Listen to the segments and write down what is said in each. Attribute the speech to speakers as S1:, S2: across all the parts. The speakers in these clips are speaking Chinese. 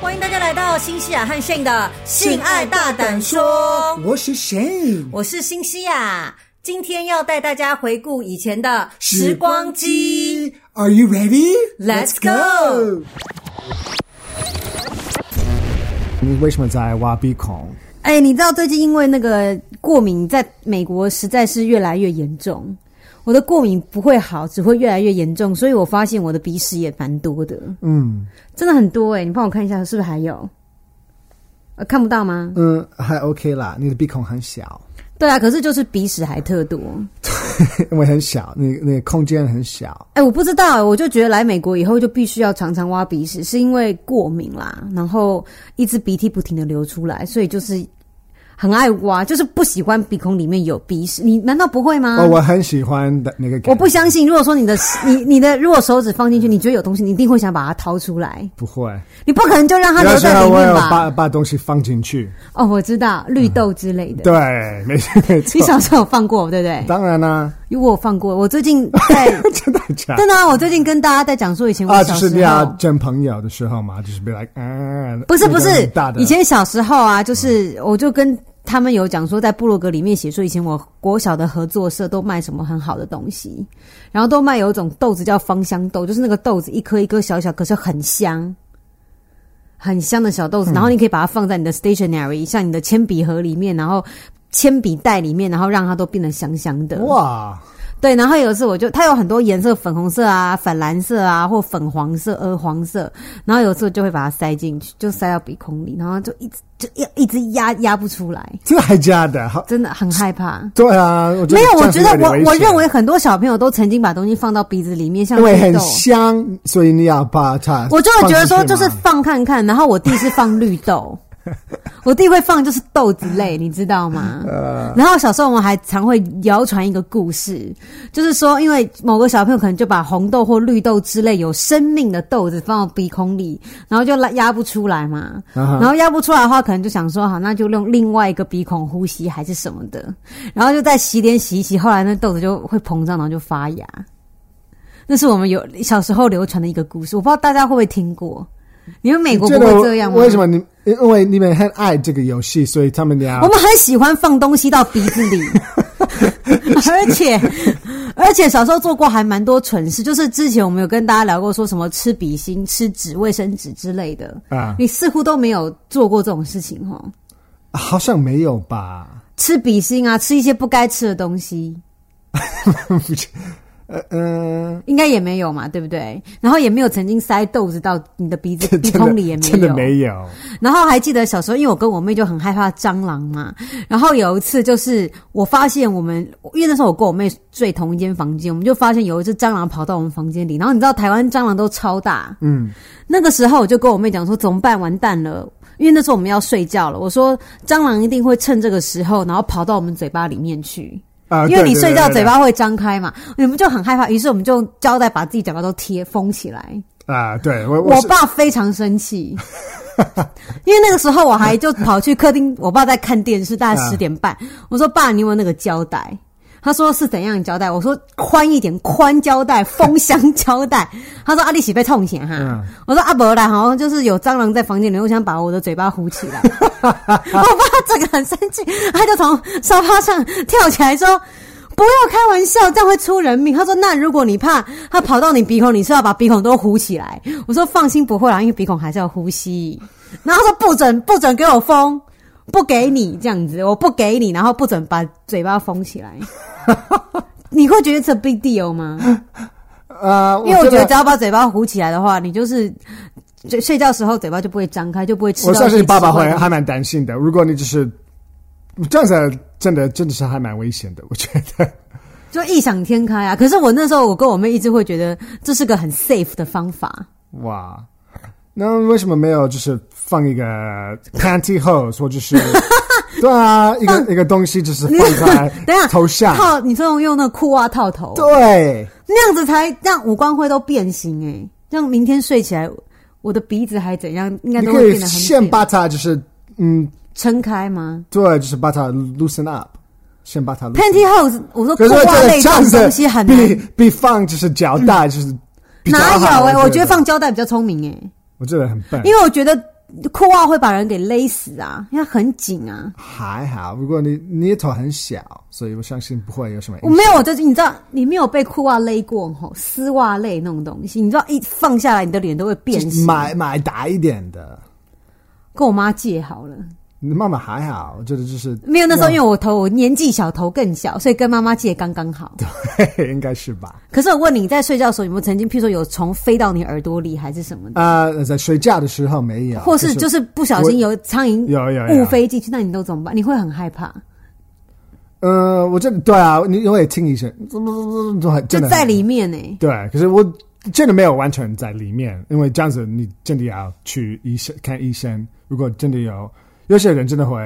S1: 欢迎大家来到新西亚和 Shane 的性爱大胆说，
S2: 我是谁？
S1: 我是新西亚，今天要带大家回顾以前的时光机。
S2: Are you ready?
S1: Let's go！
S2: 你为什么在挖鼻孔？
S3: 哎、你知道最近因为那个过敏，在美国实在是越来越严重。我的过敏不会好，只会越来越严重，所以我发现我的鼻屎也蛮多的，
S2: 嗯
S3: 真的很多哎、你帮我看一下，是不是还有？呃，看不到吗？
S2: 嗯，还 OK 啦。你的鼻孔很小，
S3: 对啊，可是就是鼻屎还特多。
S2: 因为很小，那那个空间很小。
S3: 哎、我不知道、我就觉得来美国以后就必须要常常挖鼻屎，是因为过敏啦，然后一直鼻涕不停的流出来，所以就是很爱挖，就是不喜欢鼻孔里面有鼻屎。你难道不会吗？
S2: 哦，我很喜欢的那个感
S3: 啊
S2: 觉。
S3: 我不相信，如果说你的你你的如果手指放进去，你觉得有东西，你一定会想把它掏出来，
S2: 不会。
S3: 你不可能就让它留
S2: 时
S3: 在
S2: 候
S3: 里
S2: 我
S3: 面
S2: 有
S3: 吧？
S2: 把把东西放进去。
S3: 哦，我知道绿豆之类的，
S2: 对，没错没
S3: 你
S2: 错。
S3: 小时候有放过对不对？
S2: 当然啦、
S3: 如果我放过，我最近在
S2: 真的假的
S3: 真的啊、我最近跟大家在讲说以前我
S2: 啊？就
S3: 小时候。
S2: 是你要见朋友的时候嘛，就是 be like，啊，
S3: 不是
S2: 那
S3: 不
S2: 个
S3: 是
S2: 很大，的嗯
S3: 以前小时候啊，就是我就跟他们有讲说，在部落格里面写说，以前我国小的合作社都卖什么很好的东西，然后都卖有一种豆子叫芳香豆，就是那个豆子一颗一颗小小，可是很香。很香的小豆
S2: 嗯
S3: 子，然后你可以把它放在你的 stationery，、像你的铅笔盒里面，然后铅笔袋里面，然后让它都变得香香的。
S2: 哇，
S3: 对，然后有一次我就，它有很多颜色，粉红色啊、粉蓝色啊，或粉黄色、鹅黄色。然后有时候就会把它塞进去，就塞到鼻孔里，然后就一直就一一直压压不出来，
S2: 这还假的？好，
S3: 真的很害怕。
S2: 对啊，我觉得
S3: 没有，我觉
S2: 这样
S3: 得
S2: 子有点危
S3: 我我
S2: 险
S3: 认为很多小朋友都曾经把东西放到鼻子里面，像
S2: 因为
S3: 绿
S2: 很
S3: 豆。
S2: 香，所以你要把它。
S3: 我就会觉得说，就是放看看。然后我弟是放绿 豆，我弟会放就是豆子类，你知道吗？
S2: 呃
S3: 然后小时候我们还常会谣传一个故事，就是说，因为某个小朋友可能就把红豆或绿豆之类有生命的豆子放到鼻孔里，然后就拉压不出来嘛。
S2: 啊哈
S3: 然后压不出来的话，可能就想说，好，那就用另外一个鼻孔呼吸还是什么的。然后就在洗脸洗一洗，后来那豆子就会膨胀，然后就发芽。那是我们有小时候流传的一个故事，我不知道大家会不会听过。你们美国不会这样吗？
S2: 为什？么你？因为你们很爱这个游戏，所以他们要
S3: 我们很喜欢放东西到鼻子 里，而且而且小时候做过还蛮多蠢事，就是之前我们有跟大家聊过，说什么吃笔芯、吃纸、卫生纸之类的，
S2: 啊，
S3: 你似乎都没有做过这种事情哈。
S2: 好像没有吧？
S3: 吃笔芯啊，吃一些不该吃的东西，
S2: 呃嗯，
S3: 应该也没有嘛，对不对？然后也没有曾经塞豆子到你的鼻子、鼻
S2: 真
S3: 孔里，也
S2: 的
S3: 没有，
S2: 真的没有。
S3: 然后还记得小时候，因为我跟我妹就很害怕蟑螂嘛。然后有一次，就是我发现我们，因为那时候我跟我妹睡同一间房间，我们就发现有一只蟑螂跑到我们房间里。然后你知道台湾蟑螂都超大，
S2: 嗯，
S3: 那个时候我就跟我妹讲说怎么办，完蛋了。因为那时候我们要睡觉了，我说蟑螂一定会趁这个时候，然后跑到我们嘴巴里面去。
S2: 啊，
S3: 因为你
S2: 对
S3: 睡觉
S2: 对对
S3: 嘴巴会张开嘛，你们就很害怕，于是我们就用胶带把自己嘴巴都贴封起来。
S2: 对啊，对我
S3: 我
S2: 是
S3: 爸非常生气， 因为那个时候我还就跑去客厅，我爸在看电视，大概
S2: 啊
S3: 十点半。我说：“爸，你有没有那个胶带？”他说：“是怎样的胶带？”我说：“宽一点，宽胶带，封箱胶带。” 他说：“阿啊丽喜被痛醒哈。
S2: 嗯
S3: 我说：“阿伯啦，好像就是有蟑螂在房间里，我想把我的嘴巴糊起来。” 我爸整个很生气，他就从沙发上跳起来说。不要开玩笑，这样会出人命。他说：“那如果你怕它跑到你鼻孔，你是要把鼻孔都糊起来。”我说：“放心，不会啦，因为鼻孔还是要呼吸。”然后他说：“不准，不准给我封，不给你这样子，我不给你，然后不准把嘴巴封起 来。”你会觉得这 big deal 吗？
S2: 啊，
S3: 因为我觉得
S2: 真
S3: 只
S2: 的
S3: 要把嘴巴糊起来的话，你就是睡睡觉时候嘴巴就不会张开，就不会吃到
S2: 我
S3: 一些
S2: 相
S3: 奇怪的东西。
S2: 信爸爸会啊还蛮担心的。如果你就是这样子，真的真的是还蛮危险的，我觉得。
S3: 就异想天开啊！可是我那时候，我跟我妹一直会觉得这是个很 safe 的方法。
S2: 哇，那为什么没有就是放一个 pantyhose 或者 是对啊，一个一个东西就是放在
S3: 等一下
S2: 头下，
S3: 套，你说用那个裤袜套头，
S2: 啊对，
S3: 那样子才让五官会都变形哎、让明天睡起来，我的鼻子还怎样，应该
S2: 你
S3: 都
S2: 可
S3: 会
S2: 以
S3: 变得很
S2: 先
S3: 扁
S2: 把它就是嗯，
S3: 撑开吗
S2: 对，就是把它 loosen up，先把它 loosen up。
S3: ？Pantyhose，我说
S2: 可是
S3: 裤
S2: 我觉
S3: 袜
S2: 得
S3: 类
S2: 这
S3: 这
S2: 样
S3: 种
S2: 子
S3: 东西很难
S2: 比比放就是胶带就是比较
S3: 哪有
S2: 好啊
S3: 哎、我觉得
S2: 得
S3: 放胶带比较聪明哎、
S2: 我觉得很笨，
S3: 因为我觉得裤袜会把人给勒死啊，因为它很紧啊。
S2: 还好，不过你你的头很小，所以我相信不会有什么影
S3: 我
S2: 响。
S3: 没有，我就是你知道，你没有被裤袜勒过吼，丝袜勒那种东西，你知道一放下来，你的脸都会变
S2: 就是
S3: 形。
S2: 买买大一点的，
S3: 跟我妈借好了，
S2: 你妈妈还好，我觉得就是
S3: 没有那时候因为我头我年纪小，头更小，所以跟妈妈借刚刚好。
S2: 为应该是吧？
S3: 可是我问你，你在睡觉的时候有没有曾经，譬如说有虫飞到你耳朵里，还是什么的？
S2: 啊、在睡觉的时候没有，
S3: 或是
S2: 就
S3: 就是不小心有苍蝇
S2: 有有有
S3: 误飞进去，那你都怎么办？你会很害怕，
S2: 呃，我觉得对啊，你我也听一声，怎么怎么怎么怎么
S3: 就
S2: 真的哎
S3: 在里面呢、欸
S2: 对，可是我真的没有完全在里面，因为这样子你真的要去医生看医生。如果真的有，有些人真的会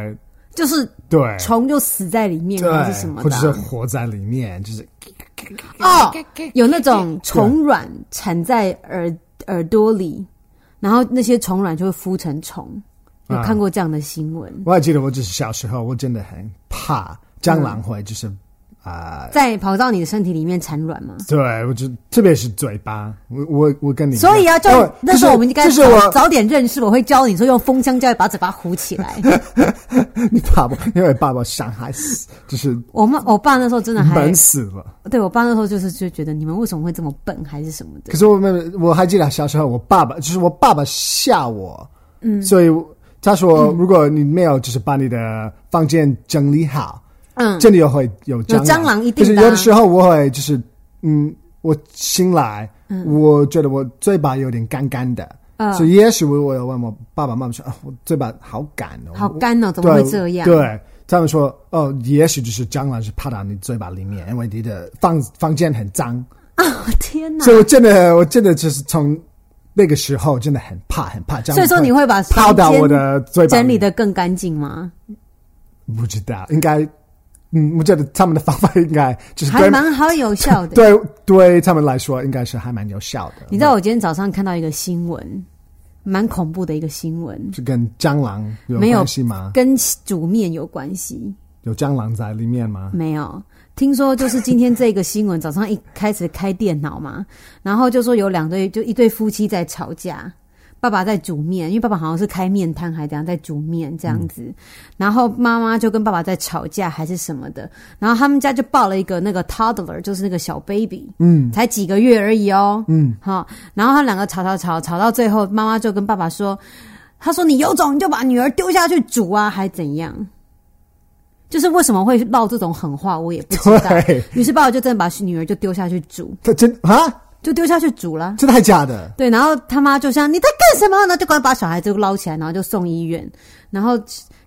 S3: 就是
S2: 对
S3: 虫就死在里面，还
S2: 对
S3: 是什，么
S2: 或者
S3: 的
S2: 是
S3: 啊、
S2: 活在里面，就是
S3: 哦，有那种虫卵产在耳耳朵里，然后那些虫卵就会孵成虫。
S2: 啊
S3: 有看过这样的新闻，
S2: 我还记得我就是小时候，我真的很怕蟑螂会就是啊、
S3: 在跑到你的身体里面产卵吗？
S2: 对我就特别是嘴巴，我我我跟你一样，
S3: 所以啊，就
S2: 哦
S3: 那时候我们应该
S2: 这是这是
S3: 早
S2: 我
S3: 早点认识，我会教你说用封箱胶把嘴巴糊起来。
S2: 你爸爸，因为爸爸伤害死，就是
S3: 我妈我爸那时候真的还
S2: 闷死了。
S3: 对我爸那时候就是就觉得你们为什么会这么笨，还是什么的
S2: 可。是我们我还记得小时候，我爸爸就是我爸爸吓我，嗯，所以他说，如果你没有就是把你的房间整理好，
S3: 嗯，
S2: 真的有会有蟑
S3: 有蟑螂一定的啊
S2: 可是有的时候我会就是嗯，我醒来，我觉得我嘴巴有点干干的，
S3: 嗯
S2: 所以也许我我有问我爸爸妈妈说，啊，我嘴巴好干哦，
S3: 好
S2: 我
S3: 干哦，怎
S2: 对
S3: 么会这样？
S2: 对。他们说：“哦，也许就是蟑螂是爬到你嘴巴里面，因为你的房房间很脏，
S3: 啊，我天哪！
S2: 所以我真的，我真的就是从那个时候真的很怕，很怕这样。
S3: 所以说你会把
S2: 泡
S3: 房
S2: 到
S3: 间
S2: 我的嘴巴里
S3: 整理的更干净吗？
S2: 不知道，应该，嗯，我觉得他们的方法应该就是
S3: 还
S2: 对
S3: 蛮好有效的。
S2: 对对他们来说应该是还蛮有效的。
S3: 你知道我今天早上看到一个新闻，蛮恐怖的一个新闻，
S2: 是跟蟑螂有
S3: 没有
S2: 关系吗？
S3: 跟煮面有关系。
S2: 有蟑螂在里面吗？
S3: 没有，听说就是今天这个新闻，早上一开始开电脑嘛，然后就说有两对，就一对夫妻在吵架，爸爸在煮面，因为爸爸好像是开面摊还怎样，在煮面这
S2: 嗯
S3: 样子，然后妈妈就跟爸爸在吵架还是什么的，然后他们家就抱了一个那个 toddler，就是那个小 baby，嗯，才几个月而已哦，嗯，好，然后他们两个吵吵吵吵到最后，妈妈就跟爸爸说。他说：“你有种，你就把女儿丢下去煮啊，还怎样？”就是为什么会唠这种狠话，我也不知 道。
S2: 对，
S3: 于是爸爸就真的把女儿就丢下去煮，
S2: 他真啊，
S3: 就丢下去煮了。
S2: 真的还假的？
S3: 对，然后他妈就像你在干什么呢？就赶快把小孩就捞起来，然后就送医院。然后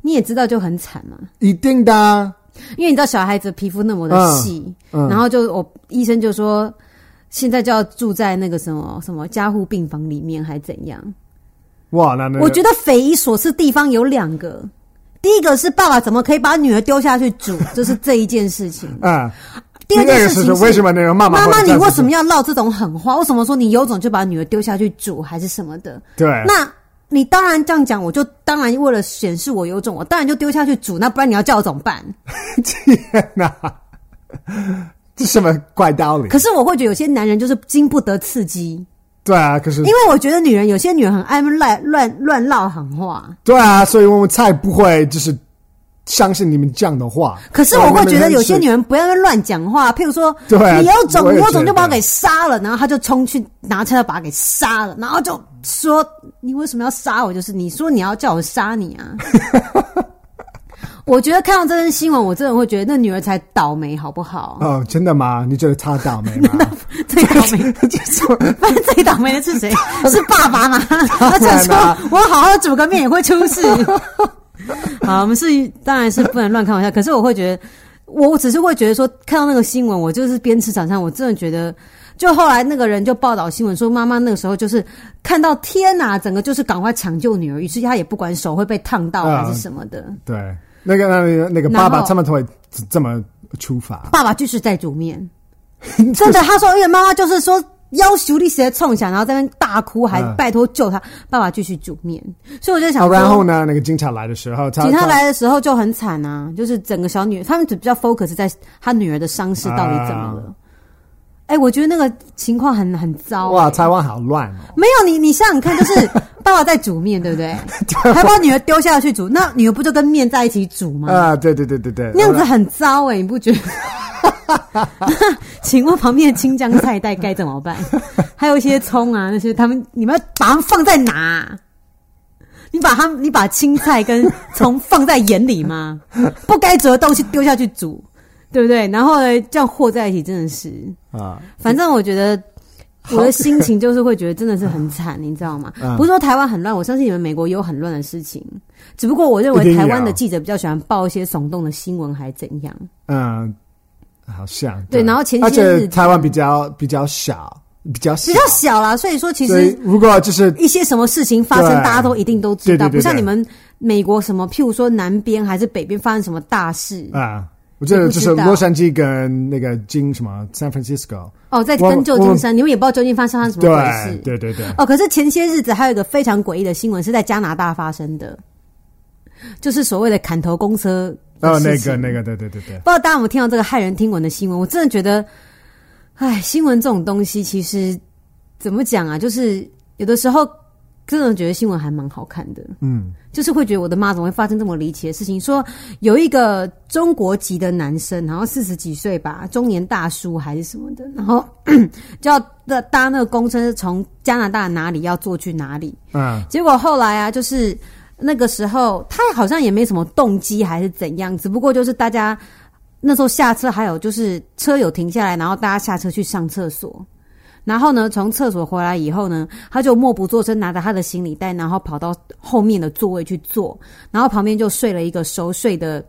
S3: 你也知道就很惨嘛，
S2: 一定的啊，
S3: 因为你知道小孩子皮肤那么的细，
S2: 嗯
S3: 然后就我医生就说，现在就要住在那个什么什么加护病房里面，还怎样？
S2: 哇，那那
S3: 我觉得匪夷所思地方有两个，第一个是爸爸怎么可以把女儿丢下去 煮，这是这一件事情。
S2: 得啊，
S3: 第二件
S2: 个
S3: 事情
S2: 是
S3: 是
S2: 为什么那个妈
S3: 妈
S2: 妈
S3: 妈，
S2: 会这
S3: 你
S2: 样子
S3: 为什么要唠这种狠话？为什么说你有种就把女儿丢下去煮还是什么的？
S2: 对？
S3: 那你当然这样讲，我就当然为了显示我有种，我当然就丢下去煮。那不然你要叫我怎么办？
S2: 天哪，这什么怪道理
S3: 可？是我会觉得有些男人就是经不得刺激，
S2: 对啊，可是
S3: 因为我觉得女人有些女人很爱乱乱乱唠狠话。
S2: 对啊，所以我们才不会就是相信你们这样的话。哦
S3: 可是我会觉得有些女
S2: 人
S3: 人不要乱讲话，譬如说，
S2: 对啊
S3: 你有种，
S2: 我
S3: 你
S2: 也
S3: 有种
S2: 觉
S3: 就把我
S2: 得
S3: 给杀了，然后他就冲去拿菜刀把他给杀了，然后就说你为什么要杀我？就是你说你要叫我杀你啊。 我觉得看到这篇新闻，我真的会觉得那女儿才倒霉，好不好？
S2: 哦，真的吗？你觉得她倒霉 吗？
S3: 最倒霉，反正 最倒霉的是谁？是爸爸吗？他想说
S2: 啦
S3: 我好好煮个面也会出事。 好，我们是当然是不能乱开玩笑，可是我会觉得，我我只是会觉得说，看到那个新闻，我就是边吃早餐，我真的觉得。就后来那个人就报道新闻说，妈妈那个时候就是看到天哪，整个就是赶快抢救女儿，于是她也不管手会被烫到还是什么的。
S2: 对，那个那个那个爸
S3: 然
S2: 爸
S3: 后
S2: 他们都会这么处罚。
S3: 爸爸就是在煮 面，真的，他说，因为妈妈就是说。要求力直接冲下，然后在那边大哭，还
S2: 嗯
S3: 拜托救他。爸爸继续煮面，所以我就想
S2: 好，
S3: 说，
S2: 然后呢？那个警察来的时候，他
S3: 警察来的时候就很惨啊，就是整个小女，他们只比较 focus 在他女儿的伤势到底怎么
S2: 啊
S3: 了。哎、我觉得那个情况很很
S2: 他
S3: 糟、
S2: 哇，
S3: 哎
S2: 台湾好乱哦。
S3: 没有你，你想想看，就是爸爸爸在煮面，对不对？
S2: 啊
S3: 还把女儿丢下去煮，那女儿不就跟面在一起煮吗？
S2: 啊，对对对对对，
S3: 嗯那样子
S2: 好了
S3: 很糟哎、你不觉得？ 请问旁边的青江菜带该怎么办？还有一些葱啊，那些他们，你们要把它们放在哪、你把它，你把青菜跟葱放在眼里吗？不该煮的东西丢下去煮，对不对？然后呢，这样和在一起真的是，
S2: 啊，
S3: 反正我觉得我的心情就是会觉得真的是很惨，你知道吗
S2: 嗯？
S3: 不是说台湾很乱，我相信你们美国也有很乱的事情，只不过我认
S2: 一
S3: 为
S2: 定有
S3: 台湾的记者比较喜欢报一些耸动的新闻，还怎样？
S2: 嗯，好像
S3: 对然后前
S2: 而
S3: 些日
S2: 且
S3: 子
S2: 台湾比较比较小，比较小
S3: 比较，小啦，所以说其
S2: 所以
S3: 实。
S2: 如果就是
S3: 一些什么事情发生，
S2: 对
S3: 大家都一定都知道，
S2: 对对对对
S3: 不像你们美国什么，譬如说南边还是北边发生什么大事、
S2: 啊，我记得就是
S3: 你不知道
S2: 洛杉矶跟那个金什么 San Francisco，
S3: 哦，在
S2: 我
S3: 跟旧金山，你们也不知道究竟发生了什么鬼
S2: 对
S3: 事。
S2: 对对对，
S3: 哦，可是前些日子还有一个非常诡异的新闻是在加拿大发生的，就是所谓的砍头公车
S2: 哦，
S3: 的事
S2: 那
S3: 情
S2: 个那个，对对对对，
S3: 不知道大家有没有听到这个骇人听闻的新闻？我真的觉得，唉，新闻这种东西其实怎么讲啊？就是有的时候真的觉得新闻还蛮好看的，
S2: 嗯，
S3: 就是会觉得我的妈怎么会发生这么离奇的事情？说有一个中国籍的男生，然后四十几岁吧，中年大叔还是什么的，然后 就要搭搭那个公车从加拿大哪里要坐去哪里，
S2: 嗯
S3: 结果后来啊，就是那个时候他好像也没什么动机还是怎样，只不过就是大家那时候下车，还有就是车有停下来，然后大家下车去上厕所。然后呢，从厕所回来以后呢，他就默不作声，拿着他的行李袋，然后跑到后面的座位去坐，然后旁边就睡了一个熟睡的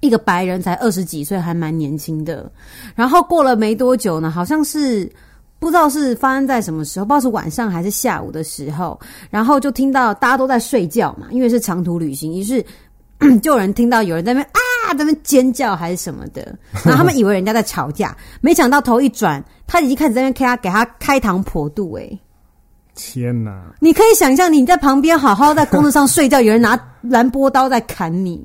S3: 一个白人，才二十几岁，还蛮年轻的。然后过了没多久呢，好像是不知道是发生在什么时候，不知道是晚上还是下午的时候，然后就听到大家都在睡觉嘛，因为是长途旅行，于是 就有人听到有人在那边啊，在那边尖叫还是什么 的，然后他们以为人家在吵架，没想到头一转，他已经开始在那边给他给他开膛破肚、欸，
S2: 天哪，
S3: 你可以想象你在旁边好好在工作上睡觉，有人拿蓝波刀在砍你，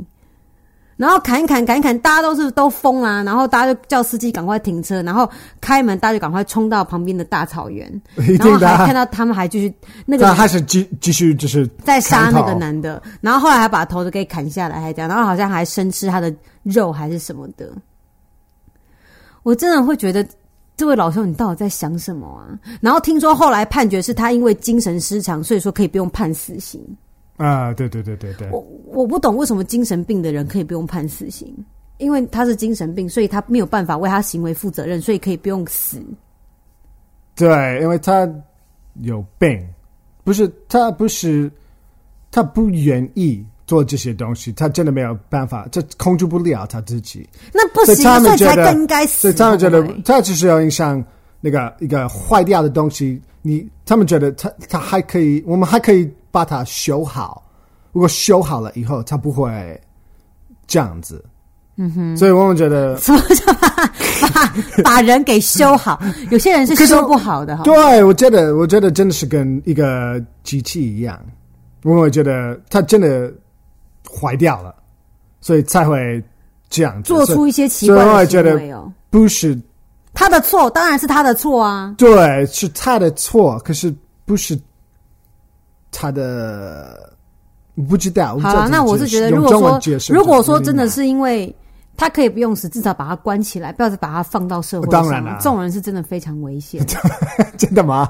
S3: 然后砍一砍砍一砍，大家都是都疯啦、然后大家就叫司机赶快停车，然后开门，大家就赶快冲到旁边的大草原，
S2: 一
S3: 然后
S2: 定的
S3: 还
S2: 啊
S3: 看，到他们还继续那个
S2: 但还是继继续就是
S3: 在杀那
S2: 砍
S3: 个
S2: 头
S3: 男的，然后后来还把头都给砍下来，还这样，然后好像还生吃他的肉还是什么的。我真的会觉得这位老兄你到底在想什么啊？然后听说后来判决是他因为精神失常，所以说可以不用判死刑。
S2: 啊，对对对对对，
S3: 我我不懂为什么精神病的人可以不用判死刑，因为他是精神病，所以他没有办法为他行为负责任，所以可以不用死。
S2: 对，因为他有病，不是他不是他不愿意做这些东西，他真的没有办法，这控制不了他自己，
S3: 那不行，
S2: 所以他们
S3: 所以才
S2: 觉得
S3: 更应该死。
S2: 所以他们觉得
S3: 对不对
S2: 他就是要影响那个一个坏掉的东西，你他们觉得他他还可以，我们还可以把它修好，如果修好了以后，他不会这样子。嗯哼，所以我们觉得，
S3: 把把人给修好，有些人是
S2: 可是我
S3: 修不好的哈。
S2: 对我觉得，我觉得真的是跟一个机器一样，因为我觉得它真的坏掉了，所以才会这样子
S3: 做
S2: 所以
S3: 出一些奇怪的行
S2: 所以我也
S3: 为哦。
S2: 不是
S3: 他的错当然是他的错啊，
S2: 对，是他的错，可是不是他的，我不知道。
S3: 好了，那我是觉得，如果说如果说真的，是因为他可以不用死，至少把他关起来，不要把他放到社会上。
S2: 当然啦
S3: 这种人是真的非常危险，
S2: 真 的吗？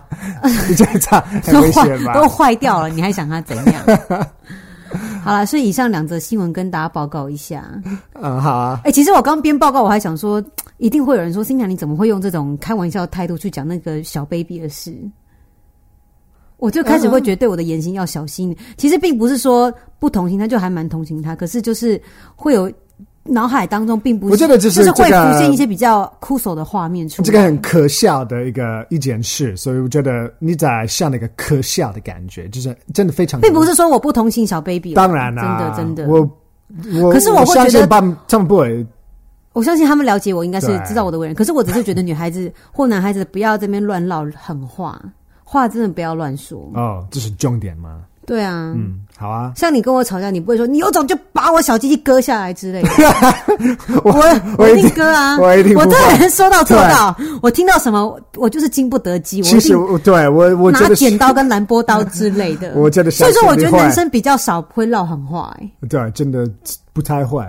S2: 你这样子很危险吧？
S3: 都坏掉了，你还想他怎样？好了，所以以上两则新闻跟大家报告一下。
S2: 嗯，好啊
S3: 哎、，其实我刚边报告，我还想说，一定会有人说，新娘你怎么会用这种开玩笑的态度去讲那个小 baby 的事？我就开始会觉得对我的言行要小心。
S2: 嗯
S3: 其实并不是说不同情他，就还蛮同情他，可是就是会有脑海当中并不是，
S2: 我觉得
S3: 就
S2: 就是
S3: 是会
S2: 这个
S3: 浮现一些比较枯手的画面出来。
S2: 这个很可笑的一个一件事，所以我觉得你在像那个可笑的感觉，就是真的非常。
S3: 并不是说我不同情小 baby，
S2: 当然啦、
S3: 真的真的，
S2: 我我
S3: 可是我
S2: 我
S3: 会
S2: 相
S3: 觉
S2: 信
S3: 得
S2: 他们他们不会
S3: 我相信他们了解我，应该是
S2: 对
S3: 知道我的为人。可是我只是觉得女孩子 或男孩子不要这边乱唠狠话，话真的不要乱说。
S2: 哦，这是重点吗？
S3: 对啊，
S2: 嗯，好啊，
S3: 像你跟我吵架，你不会说你有种就把我小鸡鸡割下来之类的，
S2: 我
S3: 我
S2: 我
S3: 一
S2: 一
S3: 定
S2: 定
S3: 割啊，
S2: 我一定不
S3: 我
S2: 会
S3: 这个人说到做到，我听到什么我我就是经不得鸡，我
S2: 其
S3: 一
S2: 实
S3: 定
S2: 我对我我觉
S3: 拿
S2: 得。
S3: 剪刀跟兰波刀之类的
S2: 我觉得小
S3: 所以说我觉
S2: 姐
S3: 得
S2: 你会
S3: 男生比较少会唠狠话、欸，
S2: 对，啊真的不太会。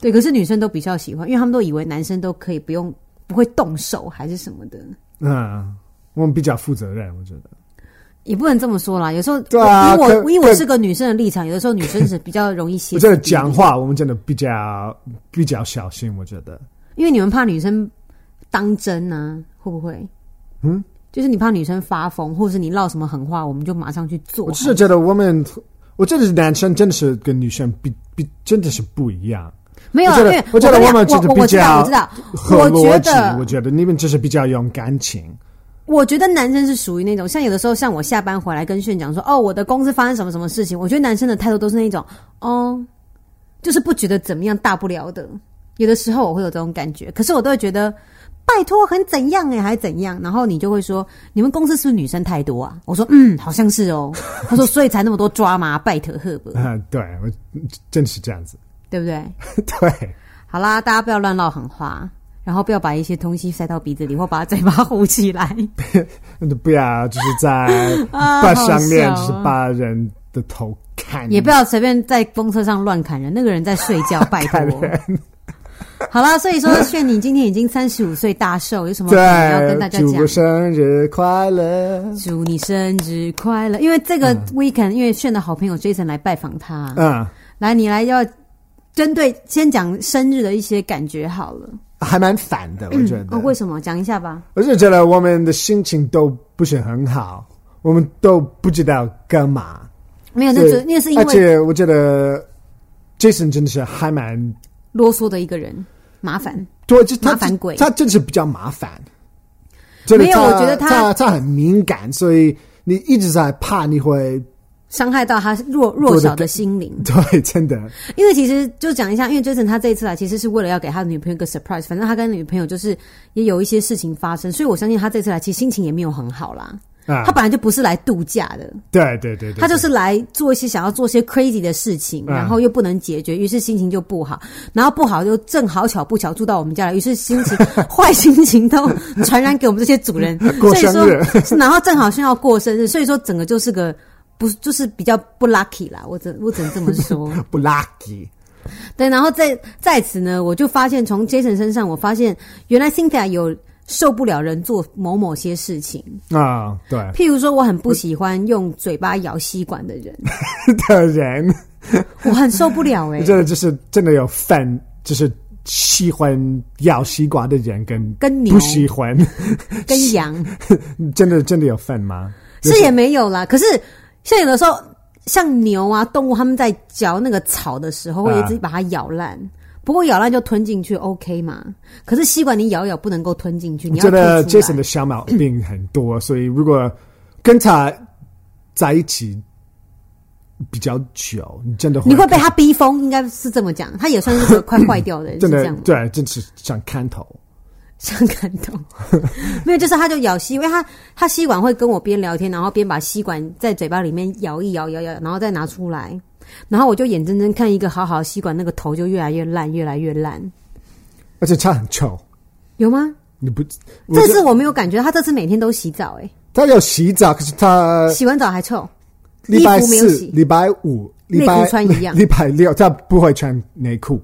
S3: 对，可是女生都比较喜欢，因为他们都以为男生都可以不用不会动手还是什么的。
S2: 嗯，我们比较负责任，我觉得。
S3: 也不能这么说啦，有时候
S2: 对啊
S3: 以我
S2: 可
S3: 以我
S2: 可
S3: 是个女生的立场，有的时候女生是比较容易歇
S2: 我
S3: 斯
S2: 觉
S3: 底
S2: 得
S3: 里。
S2: 讲话我们真的比较比较小心，我觉得。
S3: 因为你们怕女生当真啊，会不会？
S2: 嗯，
S3: 就是你怕女生发疯，或是你唠什么狠话，我们就马上去做。
S2: 我只是觉得我们，我觉得男生真的是跟女生比比真的是不一样。
S3: 没有啊，
S2: 我
S3: 因
S2: 觉得
S3: 为
S2: 我觉得
S3: 跟你
S2: 我们
S3: 讲
S2: 就是
S3: 我我知道，
S2: 比较
S3: 我知道，
S2: 和
S3: 我
S2: 逻
S3: 觉
S2: 辑，
S3: 得
S2: 我觉得你们就是比较用感情。
S3: 我觉得男生是属于那种，像有的时候，像我下班回来跟炫讲说，哦，我的公司发生什么什么事情，我觉得男生的态度都是那种，哦，就是不觉得怎么样，大不了的。有的时候我会有这种感觉，可是我都会觉得，拜托，很怎样哎、还怎样？然后你就会说，你们公司是不是女生太多啊？我说，嗯，好像是哦。 他说，所以才那么多抓嘛，拜特赫伯，
S2: 啊、对，我真是这样子。
S3: 对不对？
S2: 对，
S3: 好啦，大家不要乱唠狠话，然后不要把一些东西塞到鼻子里，或把嘴巴 糊起来。
S2: 不要就是 在
S3: 啊
S2: 把上面
S3: 好
S2: 就
S3: 笑
S2: 是
S3: 哦
S2: 把人的头砍，
S3: 也不要随便在公车上乱砍人，那个人在睡觉，拜托。好啦，所以说炫，你今天已经三十五岁大寿，有什么话要跟大
S2: 对，
S3: 家
S2: 祝我
S3: 讲？
S2: 生日快乐！
S3: 祝你生日快乐！因为这个 weekend，、因为炫的好朋友 Jason 来拜访他，
S2: 嗯，
S3: 来，你来要针对先讲生日的一些感觉好了。
S2: 还蛮烦的，我觉得。
S3: 哦，为什么？讲一下吧。
S2: 我就觉得我们的心情都不是很好，我们都不知道干嘛。
S3: 没有，那
S2: 对
S3: 只那是因
S2: 而
S3: 为
S2: 且我觉得 Jason 真的是还蛮
S3: 啰嗦的一个人，麻烦。
S2: 对，就他
S3: 麻烦鬼
S2: 他真的是比较麻烦。真的
S3: 没有
S2: 他
S3: 我觉得他
S2: 他他很敏感，所以你一直在怕你会
S3: 伤害到他弱弱小的心灵，
S2: 对，真的
S3: 因为其实就讲一下，因为 Jason 他这一次来其实是为了要给他的女朋友一个 surprise，反正他跟女朋友就是也有一些事情发生，所以我相信他这次来其实心情也没有很好啦。
S2: 啊
S3: 他，本来就不是来度假的，
S2: 对对对对，
S3: 他就是来做一些想要做一些 crazy 的事情，
S2: 嗯
S3: 然后又不能解决，于是心情就不好，然后不好又正好巧不巧住到我们家来，于是心情 坏心情都传染给我们这些主人，
S2: 过
S3: 所以
S2: 生日
S3: 说，然后正好是要过生日，所以说整个就是个。不是就是比较不 lucky 啦，我只我只能这么说。
S2: 不 lucky，
S3: 对，然后在在此呢，我就发现从 Jason 身上，我发现原来 Cynthia 有受不了人做某某些事情，
S2: 啊，对
S3: 譬如说我很不喜欢用嘴巴咬吸管的 人，
S2: 的人，
S3: 我很受不了哎、
S2: 真的就是真的有分，就是喜欢咬西瓜的人跟
S3: 跟牛
S2: 不喜欢，
S3: 跟羊
S2: 真的真的有分吗？
S3: 是也没有啦，可是像有的时候，像牛啊动物，他们在嚼那个草的时候，会一直把它咬烂。不过咬烂就吞进去，OK 嘛？可是吸管你咬一咬不能够吞进去，
S2: 我
S3: 你要
S2: 觉得
S3: 吐出
S2: Jason
S3: 来
S2: 的。小毛病很多，所以如果跟他在一起比较久，你真的会
S3: 你会被他逼疯，应该是这么讲。他也算是个快坏掉的人，是
S2: 真
S3: 这
S2: 的
S3: 样吗？
S2: 对，真是想看头。
S3: 伤感动， 没有，就是他就咬吸，因为他他吸管会跟我边聊天，然后边把吸管在嘴巴里面咬一咬，咬一咬，然后再拿出来，然后我就眼睁睁看一个好好的吸管，那个头就越来越烂，越来越烂，
S2: 而且他很臭，
S3: 有吗？
S2: 你不，我
S3: 这
S2: 觉得
S3: 次我没有感觉，他这次每天都洗澡、欸，
S2: 他有洗澡，可是他
S3: 洗完澡还臭，哦
S2: 礼拜
S3: 衣服没有
S2: 四
S3: 洗、
S2: 礼拜五、礼
S3: 内
S2: 拜
S3: 裤穿一样
S2: 礼拜六他不会穿内裤，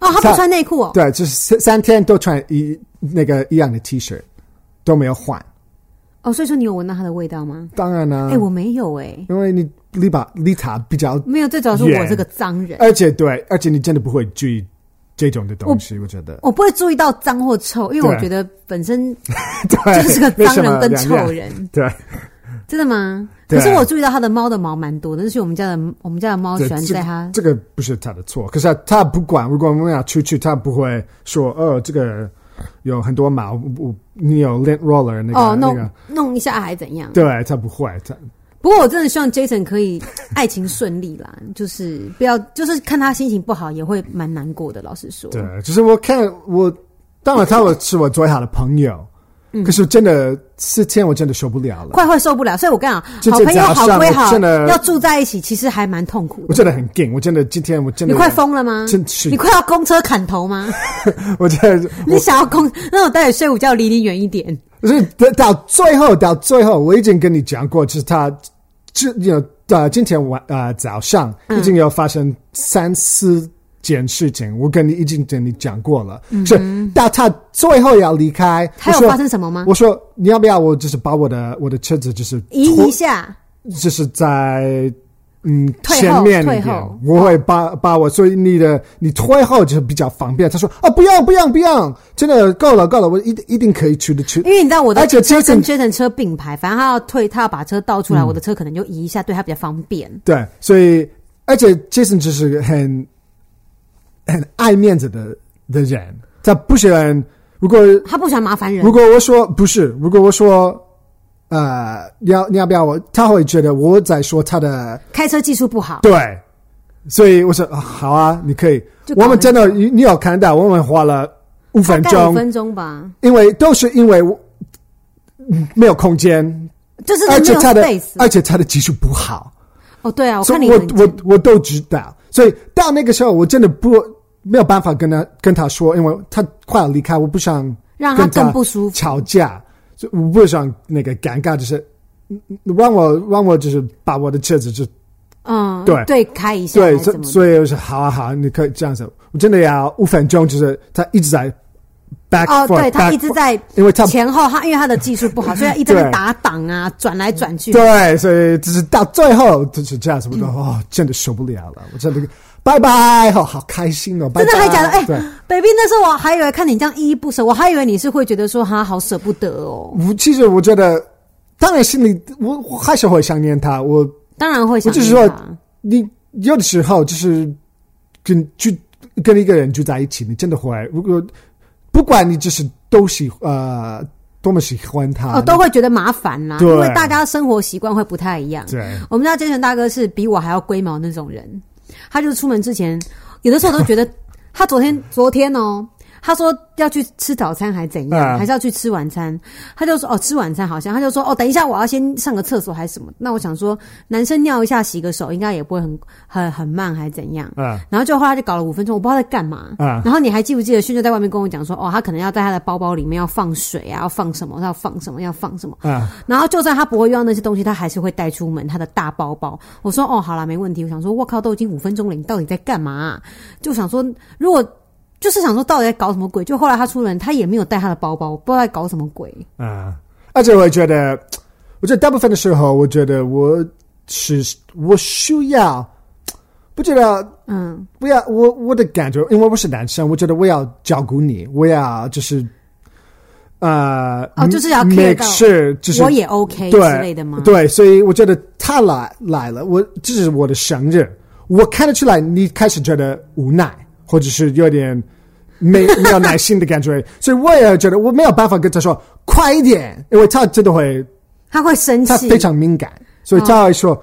S3: 哦，他不穿内裤哦，
S2: 对，就是三三天都穿一那个一样的 T 恤，都没有换。
S3: 哦，所以说你有闻到他的味道吗？
S2: 当然啦、
S3: 哎、我没有、哎，
S2: 因为你立把立塔比较
S3: 没有，最主要是我
S2: 远
S3: 是个脏人。
S2: 而且对，而且你真的不会注意这种的东西，我觉得。
S3: 我不会注意到脏或臭，因为我
S2: 对
S3: 觉得本身
S2: 对，
S3: 就是个
S2: 没
S3: 脏
S2: 什么
S3: 人跟
S2: 两
S3: 臭
S2: 样。
S3: 人。
S2: 对，
S3: 真的吗？
S2: 对
S3: 可
S2: 啊
S3: 是我注意到它的猫的毛蛮多的，但是我们家的我们家的猫喜
S2: 对
S3: 欢
S2: 这
S3: 在它
S2: 这个不是他的错，可是他他不管。如果我们要出去，他不会说哦，这个有很多毛，我你有 lint roller 那个、
S3: 哦
S2: 那
S3: 弄
S2: 个，
S3: 弄一下还怎样？
S2: 对他不会，他
S3: 不过我真的希望 Jason 可以爱情顺利啦，就是不要就是看他心情不好也会蛮难过的。老实说，
S2: 对，就是我看我，当然他我是我最好的朋友，可是真的四天我真的受不了
S3: 嗯
S2: 了，
S3: 快会受不了。所以我跟你
S2: 这
S3: 讲，好朋友
S2: 这早
S3: 好
S2: 上
S3: 归
S2: 我
S3: 好
S2: 真的，
S3: 要住在一起其实还蛮痛苦
S2: 我
S3: 的。
S2: 真的很劲，我真的今天我真
S3: 你
S2: 的
S3: 快疯了吗
S2: 真？是
S3: 你快要公车砍头吗？
S2: 我真的
S3: 你想要公？那我待会睡午觉离你远一点。
S2: 我是到到最后，到最后，我已经跟你讲过，就是他，这有呃，今天晚呃早上
S3: 嗯
S2: 已经有发生三四件事情，我跟你已经跟你讲过了。是到他最后要离开，
S3: 还嗯有
S2: 我说
S3: 发生什么吗
S2: 我说你要不要我就是把我的我的车子就是
S3: 移
S2: 拖
S3: 一下，
S2: 就是在嗯
S3: 退后
S2: 前面一
S3: 退
S2: 点
S3: 后，
S2: 我会把把我所以你的你退后就是比较方便。他说啊不要不要不要，真的够了够了，我一定一定可以去的去。
S3: 因为你知道我的
S2: 而且
S3: 车
S2: 这
S3: 跟
S2: 是
S3: Jason 车并排，反正他要退，他要把车倒
S2: 嗯
S3: 出来，我的车可能就移一下，对他比较方便。
S2: 对，所以而且 Jason 就是很很爱面子的的人，他不喜欢如果
S3: 他不喜欢麻烦人
S2: 如。果我说不是，如果我说呃你要你要不要我，他会觉得我在说他的
S3: 开车技术不好，
S2: 对，所以我说、啊好啊，你可以
S3: 就。搞
S2: 我们
S3: 那
S2: 真的，你你有看到，我们花了五分
S3: 大概五
S2: 钟，
S3: 分钟吧，
S2: 因为都是因为我嗯没有空间，
S3: 就是
S2: 而
S3: 没
S2: 且
S3: 有
S2: 他的
S3: space。
S2: 而且他的技术不好，
S3: 哦，对啊，我
S2: 所
S3: 看
S2: 以
S3: 你
S2: 我
S3: 很
S2: 我我都知道，所以到那个时候我真的不没有办法跟他跟他说，因为他快要离开，我不想
S3: 让他
S2: 跟他
S3: 更不舒服。
S2: 吵架，所以我不想那个尴尬，就是嗯让我让我就是把我的车子就
S3: 嗯，
S2: 对
S3: 对，开一下还
S2: 对，
S3: 是怎
S2: 所
S3: 么的？
S2: 所以我说好啊好啊，你可以这样子。我真的要五分钟，就是他一直在 back
S3: 哦，
S2: forth，
S3: 对他
S2: back
S3: 一直在
S2: forth，因为他
S3: 前后，他因为他的技术不好，所以他一直在
S2: 对
S3: 打档啊，转来转去。
S2: 对，所以就是到最后就是这样子，我
S3: 嗯
S2: 说哦，真的受不了了，我真的拜拜，哦，好开心哦，拜
S3: 真的还
S2: 拜
S3: 假的？哎、
S2: 对，
S3: b a b y 那时候我还以为看你这样依依不舍，我还以为你是会觉得说哈好舍不得哦。
S2: 我其实我觉得，当然心里我我还是会想念他，我
S3: 当然会想
S2: 我就是
S3: 念
S2: 说
S3: 他
S2: 你有的时候就是跟聚跟一个人住在一起，你真的会，如果不管你就是都喜呃多么喜欢他，
S3: 哦，都会觉得麻烦啦，
S2: 对
S3: 因为大家生活习惯会不太一样。
S2: 对。啊
S3: 我们家杰森大哥是比我还要龟毛那种人，他就是出门之前，有的时候我都觉得 他昨天昨天哦，他说要去吃早餐还怎样，
S2: 嗯
S3: 还是要去吃晚餐，他就说哦吃晚餐好像，他就说哦等一下我要先上个厕所还是什么，那我想说男生尿一下洗个手应该也不会很很很慢还怎样，
S2: 啊
S3: 然后就后来就搞了五分钟，我不知道在干嘛。
S2: 啊
S3: 然后你还记不记得迅就在外面跟我讲说，哦，他可能要在他的包包里面要放水啊，要放什么，要放什么，要放什么。
S2: 啊！
S3: 然后就算他不会用到那些东西，他还是会带出门他的大包包。我说哦，好啦，没问题。我想说，我靠，都已经五分钟了，你到底在干嘛啊、就想说，如果就是想说到底在搞什么鬼？就后来他出门，他也没有带他的包包，不知道在搞什么鬼。
S2: 啊，而且我觉得，我觉得大部分的时候，我觉得我是我需要，不知道
S3: 嗯，
S2: 不要我我的感觉，因为我是男生，我觉得我要照顾你，我要就是呃，
S3: 哦就是要
S2: make
S3: care 到
S2: sure 就是
S3: 我也 OK 之
S2: 对
S3: 类的吗？，
S2: 对，所以我觉得他来来了，我这是我的生日，我看得出来你开始觉得无奈，或者是有点没 没有耐心的感觉，所以我也觉得我没有办法跟他说快一点，因为他真的会，
S3: 他会生
S2: 他
S3: 气哦
S2: 非。常敏感，所以他会说。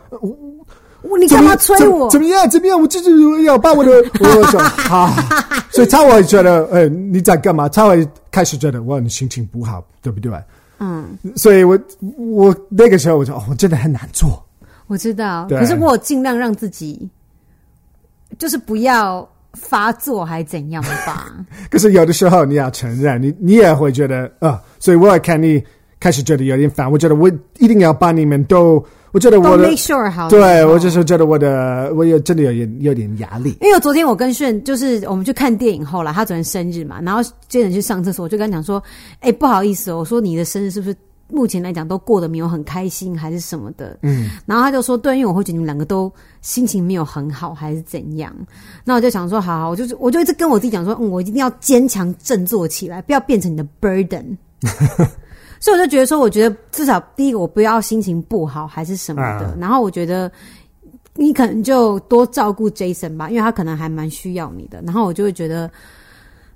S2: 我
S3: 你
S2: 怎
S3: 干
S2: 么
S3: 嘛催
S2: 怎
S3: 我？
S2: 怎么样？怎么样？我就是要把我的， 我说好，所以他会觉得，呃，你在干嘛？他会开始觉得，哇，你心情不好，对不对？
S3: 嗯。
S2: 所以我我那个时候我说，哦，我真的很难做，
S3: 我知道，
S2: 对
S3: 可是我有尽量让自己，就是不要发作还怎样 吧。
S2: 可是有的时候你要承认，你你也会觉得啊、呃所以我也看你开始觉得有点烦。我觉得我一定要把你们都，我觉得
S3: 都
S2: 我的
S3: make sure 好了，
S2: 对
S3: 哦
S2: 我就是觉得我的我有真的有点有点压力。
S3: 因为昨天我跟炫就是我们去看电影后啦，他昨天生日嘛，然后接着去上厕所，我就跟他讲说，哎、不好意思、哦，我说你的生日是不是目前来讲都过得没有很开心还是什么的？嗯，然后他就说，对，因为我会觉得你们两个都心情没有很好还是怎样，那我就想说，好好，我就是我就一直跟我自己讲说，嗯，我一定要坚强振作起来，不要变成你的 burden。所以我就觉得说，我觉得至少第一个，我不要心情不好还是什么的。
S2: 啊
S3: 然后我觉得你可能就多照顾 Jason 吧，因为他可能还蛮需要你的。然后我就会觉得，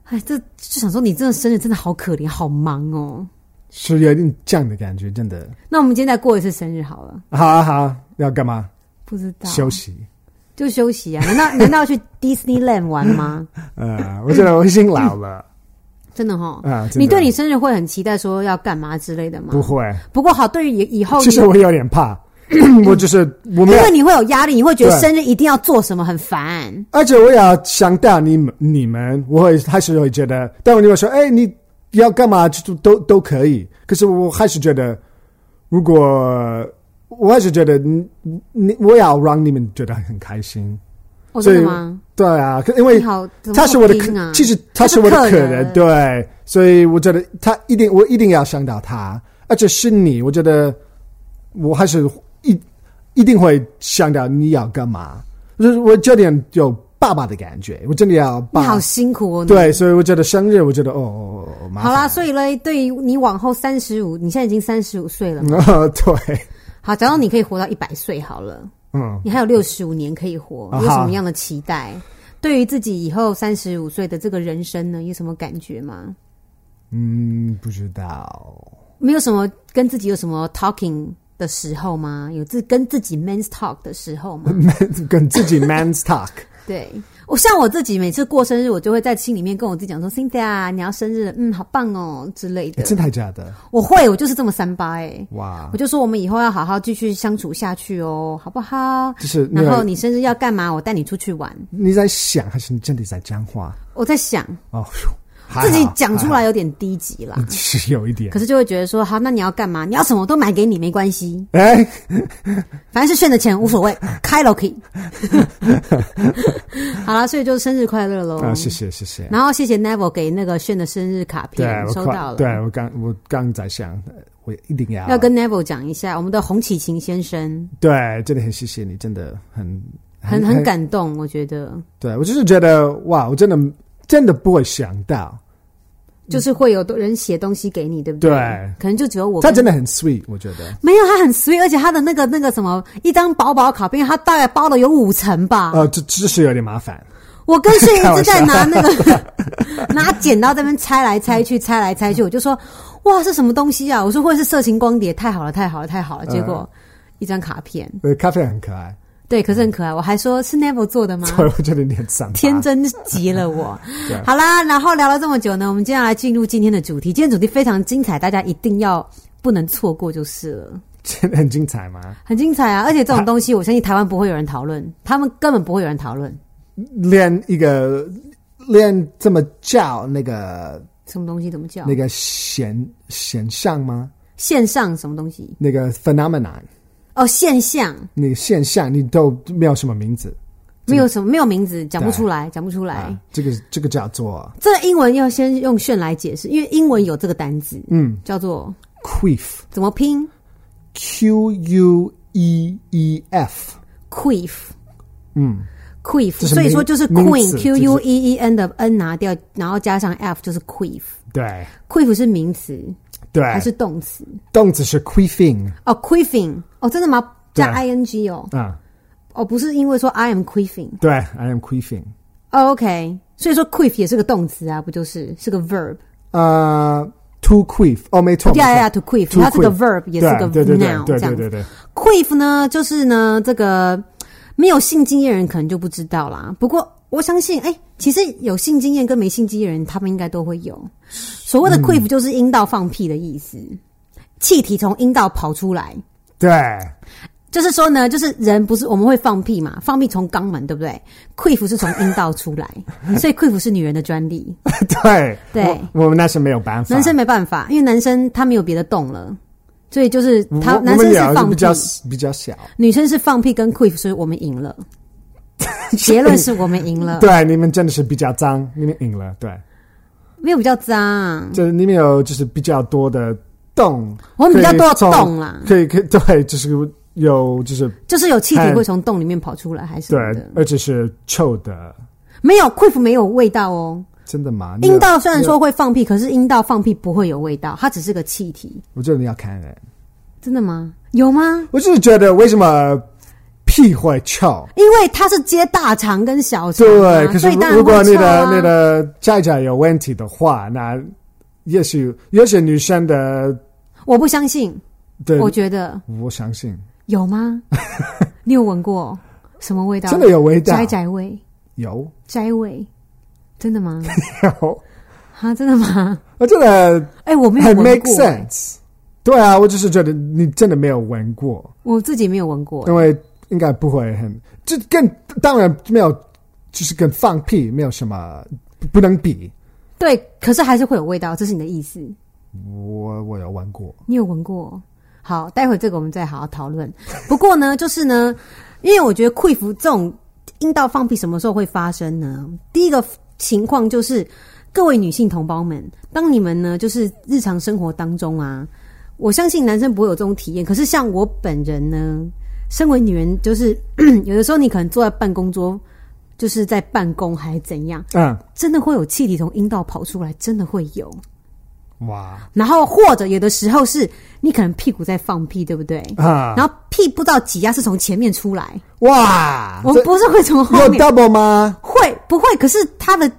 S3: 哎，这就想说你真的生日真的好可怜，好忙哦。
S2: 是有点这样的感觉，真的。
S3: 那我们今天再过一次生日好了，
S2: 好啊好啊，要干嘛？
S3: 不知道
S2: 休息。
S3: 就休息啊？难道难道要去 Disneyland 玩吗？
S2: 呃，我觉得我已经老了，
S3: 真的哈。
S2: 啊真的
S3: 你对你生日会很期待说要干嘛之类的吗？
S2: 不会，
S3: 不过好，对于以以后嗯哦你，
S2: 其实我有点 怕，我就是我
S3: 因
S2: 没有
S3: 为你会有压力，你会觉得
S2: 对
S3: 生日一定要做什么，很烦。
S2: 而且我也要想到你们，你们我会还是会觉得，但我你们说，哎，你要干嘛就都都可以。可是我还是觉得，如果我还是觉得你你我要让你们觉得很开心，
S3: 我
S2: 所
S3: 哦真
S2: 以
S3: 的吗？
S2: 对啊，可因为
S3: 你好，
S2: 他是我的
S3: 怎么那么
S2: 客，
S3: 拼啊
S2: 其实他是我的
S3: 他是
S2: 客
S3: 客
S2: 人，
S3: 人
S2: 对，所以我觉得他一定，我一定要想到他，而且是你，我觉得我还是一一定会想到你要干嘛，就是我有点有爸爸的感觉，我真的要
S3: 你好
S2: 爸，
S3: 辛苦哦。你
S2: 对，啊所以我觉得生日，我觉得哦哦哦，哦麻
S3: 好
S2: 烦
S3: 啦，所以嘞，对于你往后三十五，你现在已经三十五岁了嘛，
S2: 嗯哦 对，
S3: 好，假如你可以活到一百岁好了，
S2: 嗯，
S3: 你还有六十五年可以活，
S2: 啊哈
S3: 有什么样的期待？对于自己以后三十五岁的这个人生呢，有什么感觉吗？
S2: 嗯，不知道，
S3: 没有什么跟自己有什么 talking 的时候吗？有自跟自己 man's talk 的时候
S2: 嗯
S3: 吗？
S2: 跟自己 man's talk，
S3: 对我像我自己每次过生日，我就会在心里面跟我自己讲说，Cynthia，你要生日了，嗯，好棒哦之类的。
S2: 真的还假的？
S3: 我会，我就是这么三八哎、
S2: 哇
S3: 我，就说我们以后要好好继续相处下去哦，好不好？
S2: 就是那
S3: 然后
S2: 个
S3: 你生日要干嘛？我带你出去玩。
S2: 你在想还是你真的在讲话？
S3: 我在想，
S2: 哦，呦还好
S3: 自己讲出
S2: 还好嗯
S3: 来有点低级 啦，
S2: 是有一点
S3: 可。是就会觉得说，好，那你要干嘛？你要什么都买给你没关系，
S2: 哎、
S3: 反正是炫的钱无所 谓，开了可以。 好啦，所以就生日快乐喽！
S2: 啊，谢谢谢谢。
S3: 然后谢谢 Neville 给那个炫的生日卡
S2: 对
S3: 片，
S2: 我
S3: 收
S2: 快
S3: 到了。
S2: 对我刚我刚在想，呃我一定要
S3: 要跟 Neville 讲一下，我们的洪启晴先生
S2: 对，真的很谢谢你，真的很
S3: 很很。感动，我觉得
S2: 对我就是觉得哇，我真的真的不会想到，
S3: 就是会有人写东西给你，对不
S2: 对
S3: 可能就只有我
S2: 他
S3: 跟
S2: 真的很 sweet，我觉得。
S3: 没有，他很 sweet，而且他的那个那个什么，一张薄薄的卡片，他大概包了有五层吧。
S2: 呃，这这是有点麻烦，
S3: 我跟炫
S2: 开
S3: 一
S2: 玩
S3: 直
S2: 笑
S3: 在拿那个拿剪刀在那边拆来拆去，拆来拆去，我就说哇，这什么东西啊？我说会是色情光碟，太好了，太好了，太好了。结果、
S2: 嗯
S3: 一张卡片，
S2: 呃，咖啡很可爱，
S3: 对，可是很可爱。我还说是 Neville 做的吗？
S2: 所以我觉得你很散发
S3: 天。真极了我
S2: 对。
S3: 好啦，然后聊了这么久呢，我们接下来进入今天的主题。今天主题非常精彩，大家一定要不能错过就是了，
S2: 真的很精彩吗？
S3: 很精彩啊！而且这种东西，我相信台湾不会有人讨论，他们根本不会有人讨论
S2: 练一个练这么叫那个
S3: 什么东西怎么叫、
S2: 那个显显象吗？
S3: 线上什么东西
S2: 那个 phenomenon
S3: 哦，现象
S2: 那个现象，你都没有什么名字。
S3: 没有什么没有名字，讲不出来，讲不出来。
S2: 啊，这个这个叫做
S3: 这个英文要先用炫来解释，因为英文有这个单字，
S2: 嗯
S3: 叫做
S2: queef，Q
S3: 怎么拼
S2: U E E F，
S3: ？queef
S2: 嗯，
S3: queef，
S2: 这是
S3: 所以
S2: 名
S3: 说就是
S2: 名
S3: queen
S2: 词
S3: q
S2: 这
S3: u
S2: 是
S3: e e n 的 n 拿掉，然后加上 f 就是 queef。
S2: 对
S3: queef 是名词
S2: 对，
S3: 还是动词？
S2: 动词是 queefing
S3: 哦，queefing 哦，真的吗？加
S2: 对
S3: ing 哦，
S2: 啊，
S3: 哦，不是因为说 I am queefing。
S2: 对，I am queefing，
S3: 哦 OK，所以说 queef 也是个动词啊，不就是是个 verb？
S2: 呃，to queef，哦，没错，
S3: 啊呀呀呀
S2: 没错
S3: ，to queef，
S2: to
S3: 它是个
S2: queef
S3: verb，也是个
S2: 对对对
S3: noun，
S2: 对
S3: 这样子
S2: 对对对，
S3: Queef 呢，就是呢，这个没有性经验人可能就不知道啦。不过我相信，哎、其实有性经验跟没性经验人，他们应该都会有。所
S2: 嗯
S3: 谓的 Queef 就是阴道放屁的意思，气体从阴道跑出来。
S2: 对，
S3: 就是说呢，就是人不是我们会放屁嘛？放屁从肛门，对不对？Queef 是从阴道出 来，所以 Queef 是女人的专利，
S2: 对
S3: 对
S2: 我我们那是没有办法，
S3: 男生没办法，因为男生他没有别的洞了，所以就是
S2: 我
S3: 他
S2: 我
S3: 男生是
S2: 们俩
S3: 放
S2: 比
S3: 屁，
S2: 较比较小，
S3: 女生是放屁跟 queef，所以我们赢 了。结论是我们赢了，
S2: 对，你们真的是比较脏，你们赢了，对，
S3: 没有比较脏，
S2: 就是里面有就是比较多的洞，
S3: 我们比较多的
S2: 可以从
S3: 洞啦
S2: 可以可以 对，就是有就是
S3: 就是有气体
S2: 哎
S3: 会从洞里面跑出来，还是
S2: 对
S3: 什么的，
S2: 而且是臭的，
S3: 没有 queef 没有味道哦。
S2: 真的吗？你有
S3: 阴道虽然，说会放屁，可是阴道放屁不会有味道，它只是个气体，
S2: 我觉得你要看人，
S3: 真的吗？有吗？
S2: 我就是觉得为什么屁会臭？
S3: 因为它是接大肠跟小肠啊、
S2: 对，可是
S3: 所以
S2: 如
S3: 当然
S2: 如果
S3: 会
S2: 你
S3: 臭
S2: 的、
S3: 啊
S2: 你的家长有问题的话，那也许也许女生的
S3: 我不相信，
S2: 对，
S3: 我
S2: 我
S3: 觉得
S2: 相信
S3: 有 吗？你有闻过什么味道？
S2: 真的有味道
S3: 宅，宅味，
S2: 有
S3: 宅味，真的吗？
S2: 有，
S3: 啊，真的吗？
S2: 我真的
S3: 哎、我没有
S2: 很
S3: 闻过
S2: make sense。对啊，我只是觉得你真的没有闻过，
S3: 我自己没有闻过、
S2: 因为应该不会很，这跟当然没有，就是跟放屁没有什么不不能比。
S3: 对，可是还是会有味道，这是你的意思？
S2: 我我有玩过，
S3: 你有闻过？好，待会这个我们再好好讨论。 不过呢，就是呢，因为我觉得溃服这种阴道放屁什么时候会发生呢？第一个情况就是，各位女性同胞们，当你们呢就是日常生活当中啊，我相信男生不会有这种体验，可是像我本人呢，身为女人，就是 有的时候你可能坐在办公桌，就是在办公还是怎样，
S2: 嗯，
S3: 真的会有气体从阴道跑出来，真的会有。
S2: 哇
S3: 然后或者有的时候是你可能屁股在放屁，对不对？
S2: 啊
S3: 然后屁不知道挤压是从前面出来，
S2: 哇，
S3: 我们不是会从
S2: 这有
S3: 后面，
S2: double 吗？
S3: 会不会？可是它的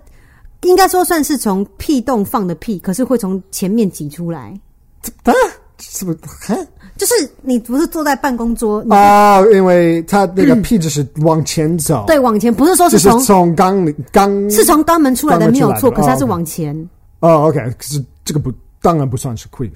S3: 应该说算是从屁洞放的屁，可是会从前面挤出来。
S2: 啊，是不是？
S3: 就是你不是坐在办公桌，你
S2: 啊，因为他那个屁就是往前走，
S3: 对，往前，不是说
S2: 就是是
S3: 从
S2: 从肛里肛
S3: 是从肛门出来
S2: 肛
S3: 的
S2: 门
S3: 没
S2: 出
S3: 有
S2: 来
S3: 错，
S2: 的
S3: 可是它是
S2: 哦，OK
S3: 往前，
S2: 哦，OK，可是这个不当然不算是 queef，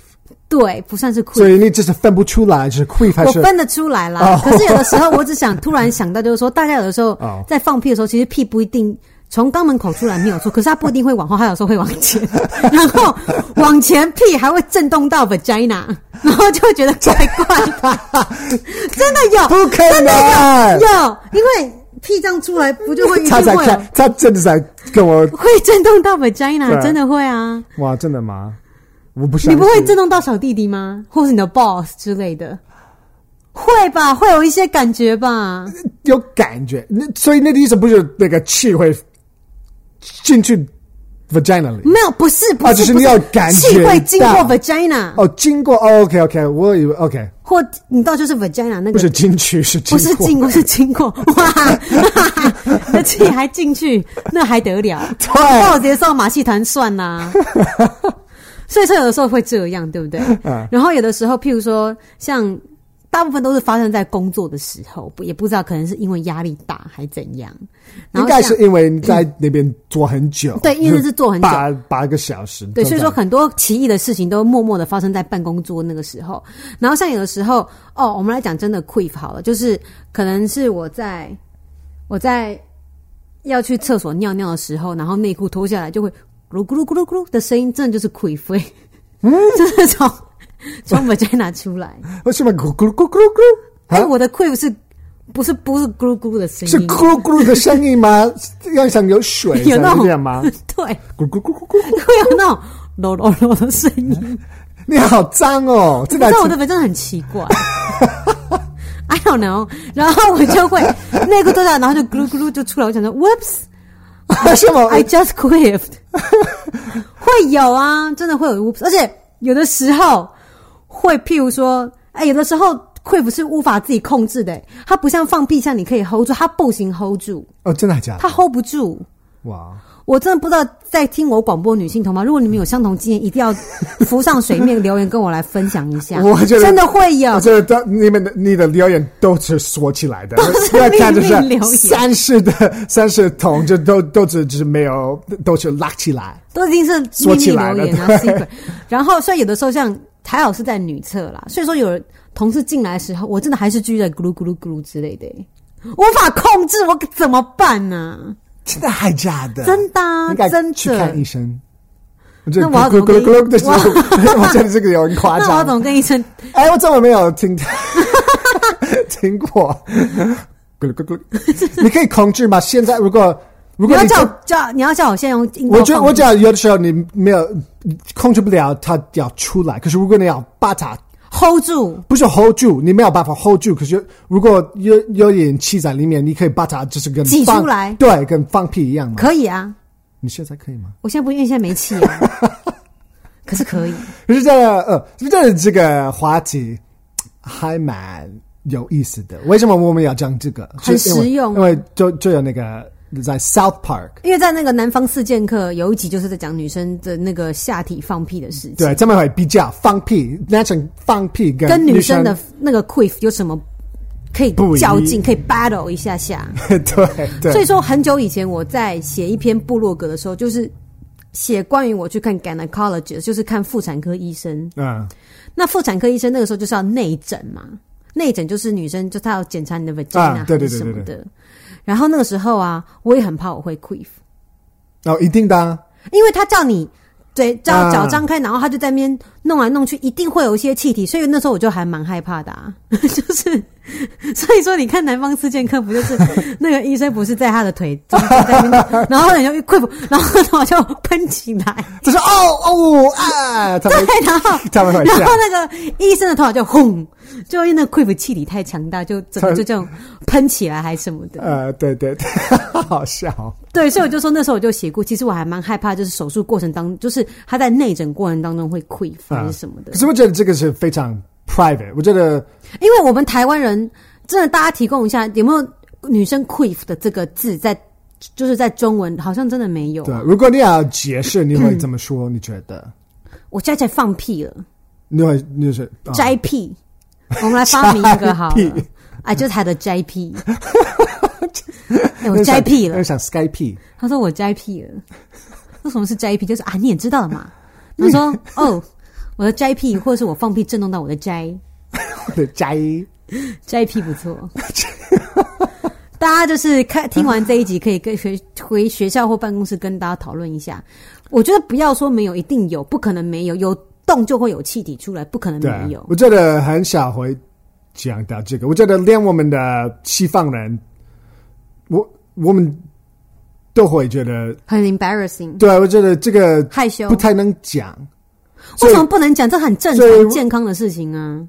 S3: 对，不算是亏
S2: 所。以你就是分不出来是 queef 还
S3: 我
S2: 是
S3: 分得出来啦。
S2: 哦
S3: 可是有的时候，我只想突然想到，就是说，大家有的时候
S2: 哦
S3: 在放屁的时候，其实屁不一定从肛门口出来没有错，可是它不一定会往后，它有时候会往 前，然后往前屁还会震动到 vagina，然后就会觉得怪怪 的，真的有，
S2: 不可能？
S3: 有，因为屁这样出来不就会一
S2: 他
S3: 定
S2: 在
S3: 会有
S2: 看，他真的在跟我
S3: 会震动到 vagina，
S2: 对
S3: 真的会啊。
S2: 哇，真的吗？我不相
S3: 你
S2: 信，
S3: 不会震动到小弟弟吗？或是你的 boss 之类的？会吧，会有一些感觉吧。
S2: 有感觉，那所以那个意思不是那个气会进去 vagina 里
S3: 没有，不是，不
S2: 啊
S3: 是，
S2: 就是
S3: 不
S2: 你要感觉
S3: 气会经过
S2: 到
S3: vagina，、
S2: 哦，经过 OK OK，我以为 OK
S3: 或你到就是 vagina 那
S2: 不
S3: 个，
S2: 是进去是经
S3: 不是
S2: 过
S3: 经过，是经过，哇， 那气还进去，那还得了？
S2: 对
S3: 到直接上马戏团算 啦、所以说有的时候会这样，对不对？
S2: 嗯
S3: 然后有的时候，譬如说像。大部分都是发生在工作的时候，不也不知道可能是因为压力大还怎样。然
S2: 应
S3: 后
S2: 该
S3: 像
S2: 是因为你在那边坐很久，
S3: 对因为那是坐很久
S2: 八八个小时，
S3: 对，所以说
S2: 很
S3: 很多奇异的事情都默默的发生在办公桌那个时候。然后像有的时候，哦，我们来讲真的 quiff 好了，就是可能是我在我在要去厕所尿尿的时候，然后内裤脱下来就会咕噜咕噜咕噜咕噜的声音，真的就是 quiff，、欸、
S2: 嗯
S3: 就是从从 v a g 拿出 来。
S2: 为什么哦咕咕噜咕噜咕噜咕噜？
S3: 哎、
S2: 啊
S3: 我的 quiff 是不是不是咕噜咕噜的声
S2: 是
S3: 音？
S2: 咕噜咕噜的声音吗？要像有 水
S3: 有那
S2: 这样
S3: 种
S2: 吗？
S3: 对，
S2: 咕咕咕咕咕咕，
S3: 会有那种 咯咯咯的声音。
S2: 嗯你好脏哦！这
S3: 你
S2: 台
S3: 知道我的粉真的很奇怪。I don't know，然后我就 会内裤脱下来，然后就咕噜咕噜就出来。我想说，Whoops，I
S2: 为 什么？
S3: just quiffed。会有啊，真的会有 Whoops，而且有的时候会，譬如说，哎，有的时候 quiff 是无法自己控制的，它不像放屁像你可以 hold 住，它不行 hold 住，
S2: 哦，真的还假的？
S3: 它 hold 不住。
S2: 哇！
S3: 我真的不知道在听我广播女性同胞，如果你们有相同经验，一定要浮上水 面留言跟我来分享一下。
S2: 我觉得
S3: 真的会有
S2: 我，觉得你们的你的留言都是锁起来的，
S3: 都是
S2: 不要看就
S3: 秘密留
S2: 是
S3: 言
S2: 三十的三十桶，就都都只只没有，都是拉起来。
S3: 都已经是秘
S2: 说
S3: 密
S2: 起来了
S3: 留言啊 secret。然后，所以有的时候像还好是在女厕啦，所以说有人同事进来的时候，我真的还是居着咕噜咕噜咕噜之类的、无法控制，我怎么办呢、
S2: 真的还假的？
S3: 真的啊
S2: 嗯应该
S3: 真的
S2: 去看医生。我觉得
S3: 那我要
S2: 咕噜咕噜咕噜的时候，哎
S3: 怎么
S2: 我觉得这个有点夸
S3: 那我
S2: 张
S3: 要怎。么跟医生？
S2: 哎，我怎么没有听 听过？咕噜咕噜，你可以控制吗？现在如果如
S3: 你
S2: 果
S3: 要
S2: 你
S3: 叫叫你要叫我现在用阴道
S2: 我觉得
S3: 放
S2: 我只要有的时候你没有控制不了，它要出来。可是如果你要把它
S3: hold 住，
S2: 不是 hold 住，你没有办法 hold 住。可是如果有有点气在里面，你可以把它就是跟
S3: 挤出
S2: 放
S3: 来
S2: 对，跟放屁一样嘛。
S3: 可以啊。
S2: 你现在可以吗？
S3: 我现在不因为现在没气啊， 可是可以。
S2: 可是这个呃，这这个话题还蛮有意思的。为什么我们要讲这个？
S3: 很
S2: 就因为
S3: 实用
S2: 因为就就有那个在 South Park，
S3: 因为在那个《南方四剑客》有一集就是在讲女生的那个下体放屁的事情。
S2: 对，他们会比较放屁，男生放屁跟
S3: 跟女生
S2: 生
S3: 的那个 quiff 有什么可以
S2: 不一
S3: 较劲，可以 battle 一下下。
S2: 对对，
S3: 所以说，很久以前我在写一篇部落格的时候，就是写关于我去看 gynecologist，就是看妇产科医生。
S2: 嗯
S3: 那妇产科医生那个时候就是要内诊嘛，内诊就是女生就她要检查你的 vagina
S2: 啊对对
S3: 还是
S2: 对
S3: 什
S2: 对
S3: 么
S2: 对
S3: 的。然后那个时候啊，我也很怕我会 queef，
S2: 哦，一定的啊、
S3: 因为他叫你嘴叫
S2: 啊
S3: 脚张开，然后他就在那边弄来弄去，一定会有一些气体，所以那时候我就还蛮害怕的、啊， 就是所以说你看《南方四剑客》不就是那个医生不是在他的腿 中间在那边弄，然后你就一 q u 然后我就喷起来，
S2: 就是哦哦啊， 他们
S3: 对，然后。
S2: 他们会
S3: 然
S2: 笑
S3: 后，那个医生的头脑就轰，就因为那 q u 气体太强大，就整个就这样喷起来还什么 的。
S2: 呃，对对对，好笑哦，
S3: 对，所以我就说那时候我就写过，其实我还蛮害怕，就是手术过程当，就是他在内诊过程当中会 q u 还
S2: 啊
S3: 是什么的
S2: 可。是我觉得这个是非常 private，我觉得
S3: 因为我们台湾人真的，大家提供一下有没有女生 “quiff” 的这个字在，就是在中文好像真的没有。
S2: 对。啊如果你要解释，你会怎么说？你觉得？
S3: 我现在在放屁了，
S2: 你会就是啊
S3: 摘 屁。我们来发明一个好
S2: 摘
S3: 了
S2: 屁，
S3: 哎，就是他的摘 屁。哎，我摘屁了
S2: 那。想 Skype，
S3: 他说我摘屁了。 那什么是摘屁？就是啊，你也知道了嘛。他 说
S2: 嗯
S3: 哦，我的摘屁，或者是我放屁震动到我的摘。
S2: 或者摘
S3: 摘屁不 错。大家就是看听完这一集，可以跟学回学校或办公室跟大家讨论一下。我觉得不要说没有，一定有，不可能没有，有动就会有气体出来，不可能
S2: 对啊
S3: 没有，。
S2: 我觉得很少会讲到这个。我觉得连我们的西方人，我我们都会觉得，
S3: 很 embarrassing，
S2: 对啊我觉得这个
S3: 害羞
S2: 不。太能讲。所
S3: 为
S2: 以
S3: 什么不能讲？这很正
S2: 所以
S3: 常、健康的事情啊。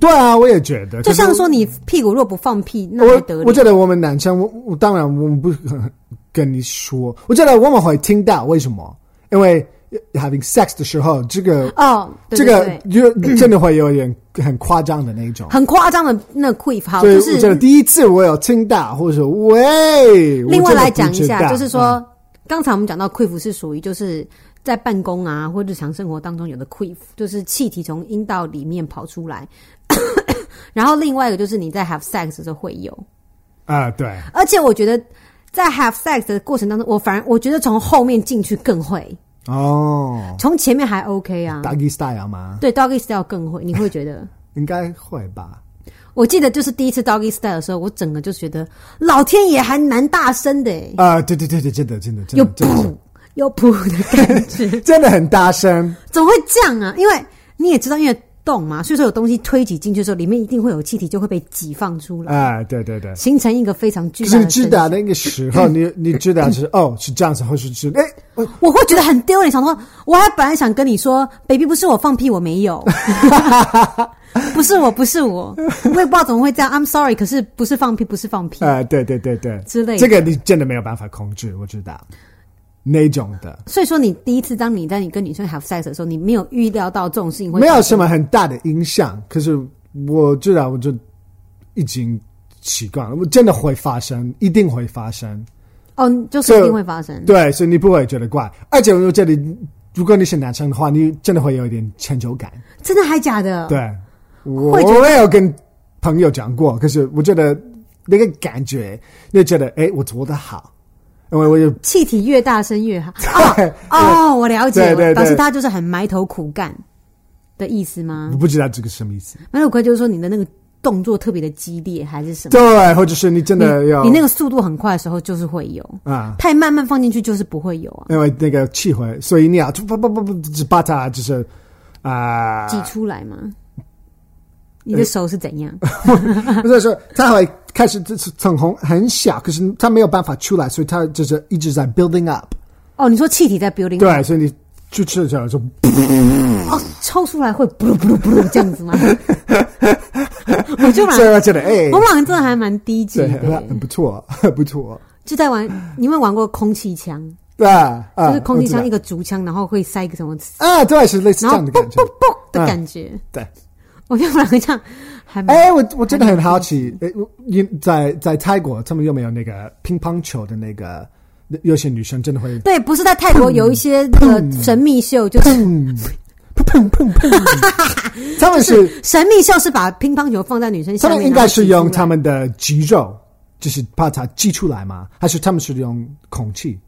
S2: 对啊，我也觉得，
S3: 就
S2: 可
S3: 像
S2: 是
S3: 说你屁股若不放屁，那还得
S2: 我我
S3: 了？
S2: 觉得我们男生，我我当然我们不很跟你说，我觉得我们会听到，为什么？因为 having sex 的时候，这个
S3: 哦，对
S2: 这
S3: 对
S2: 个
S3: 对
S2: 就真的会有点很夸张的那一种。
S3: 很夸张的那 quiff，好，
S2: 所以
S3: 就
S2: 我觉得
S3: 是
S2: 第一次我有听到，或者说喂，
S3: 另外
S2: 我真的
S3: 来
S2: 不
S3: 讲一
S2: 知
S3: 下，
S2: 道
S3: 就是
S2: 嗯
S3: 说，刚才我们讲到 quiff 是属于就是在办公啊或日常生活当中有的 quiff，就是气体从阴道里面跑出来。 然后另外一个就是你在 have sex 的时候会有，
S2: 啊，对，
S3: 而且我觉得在 have sex 的过程当中，我反而我觉得从后面进去更会，
S2: 哦
S3: 从前面还 OK 啊，
S2: ，doggy style 吗？
S3: 对 doggy style 更会，你会觉得。
S2: 应该会吧。
S3: 我记得就是第一次 doggy style 的时候，我整个就觉得老天爷还蛮大声的欸，
S2: 啊，对对对对，真的真的真
S3: 有
S2: 的真的
S3: 噗有噗的感觉。
S2: 真的很大声，
S3: 怎么会这样啊？因为你也知道，因为动嘛，所以说有东西推挤进去的时候，里面一定会有气体，就会被挤放出来，
S2: 啊，对对对。
S3: 形成一个非常巨
S2: 可
S3: 大
S2: 是
S3: 的
S2: 你知道
S3: 声响
S2: 那个时候，你你知道是哦是这样子，或是是哎，我
S3: 我会觉得很丢脸，想说，我还本来想跟你说，baby，不是我放屁，我没有， 不是我，不是我，我也不知道怎么会这样，I'm sorry，可是不是放屁，不是放屁，
S2: 啊，对对对对
S3: 之类的
S2: 这个你真的没有办法控制，我知道那种的，
S3: 所以说你第一次当你在你跟女生 have sex 的时候，你没有预料到这种事情会
S2: 没有
S3: 发生
S2: 什么很大的影响。可是我知道，我就已经习惯了，我真的会发生，一定会发生。
S3: 哦，就是一定会发生，
S2: 对，所以你不会觉得怪。而且我这里，如果你是男生的话，你真的会有一点成就感。
S3: 真的还假的？
S2: 对，我
S3: 会觉得
S2: 我也有跟朋友讲过，可是我觉得那个感觉，你就觉得哎，诶我做的好，因为我有
S3: 气体越大声越好。哦哦，我了解
S2: 对对
S3: 了，
S2: 对
S3: 表示他就是很埋头苦干的意思吗
S2: 我？不知道这个什么意思。
S3: 埋头苦干就是说你的那个动作特别的激烈，还是什么？
S2: 对，或者是你真的要
S3: 你你那个速度很快的时候就是会有，
S2: 啊。
S3: 太慢慢放进去就是不会有啊，
S2: 因为那个气会，所以你要不不不不，只把它就是啊，呃
S3: 挤出来嘛。你的手是怎样？
S2: 不是说它会开始就是从红很小，可是它没有办法出来，所以它就是一直在 building up。
S3: 哦，你说气体在 building，
S2: 对，所以你就吃的时候就
S3: 哦，抽出来会不噜不噜不噜这样子 吗？我就蛮
S2: 所，以我觉得哎
S3: 我，们玩真的还蛮低级
S2: 对，
S3: 的，
S2: 很不错，不错，
S3: 就在玩。你有没有玩过空气枪？
S2: 对啊，啊
S3: 就是空气
S2: 我
S3: 枪一
S2: 知
S3: 个
S2: 道
S3: 竹枪，然后会塞一个什么，
S2: 啊，对，是类似这
S3: 然后
S2: 样的
S3: 啵
S2: 感觉
S3: 啵。啵的感觉。
S2: 对，
S3: 我觉得我们两个这样还蛮……
S2: 哎，我我真的很好奇，哎，我你在在泰国他们有没有那个乒乓球的那个？有些女生真的会
S3: 对，不是在泰
S2: 嗯
S3: 国有一些那个神秘秀，就是
S2: 砰砰砰，他们是
S3: 神秘秀是把乒乓球放在女生下
S2: 他
S3: 面，
S2: 们应该是
S3: 然后
S2: 用
S3: 挤出来
S2: 他们的肌肉，就是把它挤出来吗？还是他们是用空气？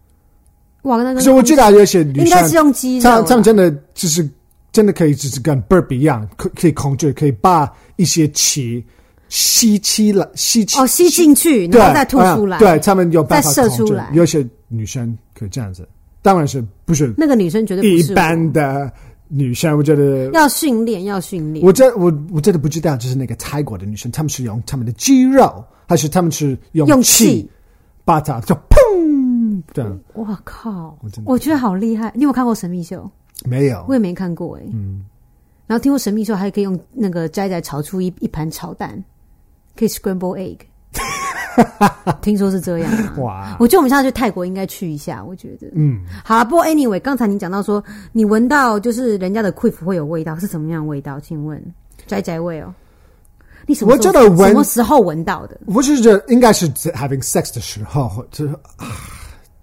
S3: 哇，那
S2: 可
S3: 个
S2: 是我记得有些女
S3: 应
S2: 生
S3: 该，是用肌肉
S2: 她
S3: 啦，
S2: 她们真的就是真的可以，就是跟 burp 一样，可可以控制，可以把一些气吸气了，吸气
S3: 哦吸进去，
S2: 对
S3: 然后再吐出来。
S2: 啊对他们有办法
S3: 再射
S2: 控
S3: 出
S2: 制
S3: 来。
S2: 有些女生可以这样子，当然是不是
S3: 那个女生绝对不
S2: 一
S3: 是我
S2: 般的女生？我觉得
S3: 要训练，要训练。
S2: 我真我我真的不知道，就是那个泰国的女生，她们是用她们的肌肉，还是她们是用
S3: 用
S2: 气
S3: 气
S2: 把它就砰这样？
S3: 哇靠
S2: 我真！的
S3: 我觉得好厉害。你有看过《神秘秀》？
S2: 没有
S3: 我也没看过哎、嗯。然后听过《神秘秀》，还可以用那个摘摘炒出一一盘炒蛋，可以 scramble egg。听说是这样啊。
S2: 哇，
S3: 我觉得我们下次去泰国应该去一下，我觉得。
S2: 嗯，
S3: 好啊了，不过 anyway，刚才你讲到说你闻到就是人家的 quiff 会有味道，是什么样的味道？请问，宅宅味哦。你什么时候
S2: 我真的闻
S3: 什么时候闻到的？
S2: 我是觉得应该是在 having sex 的时候，或者是啊，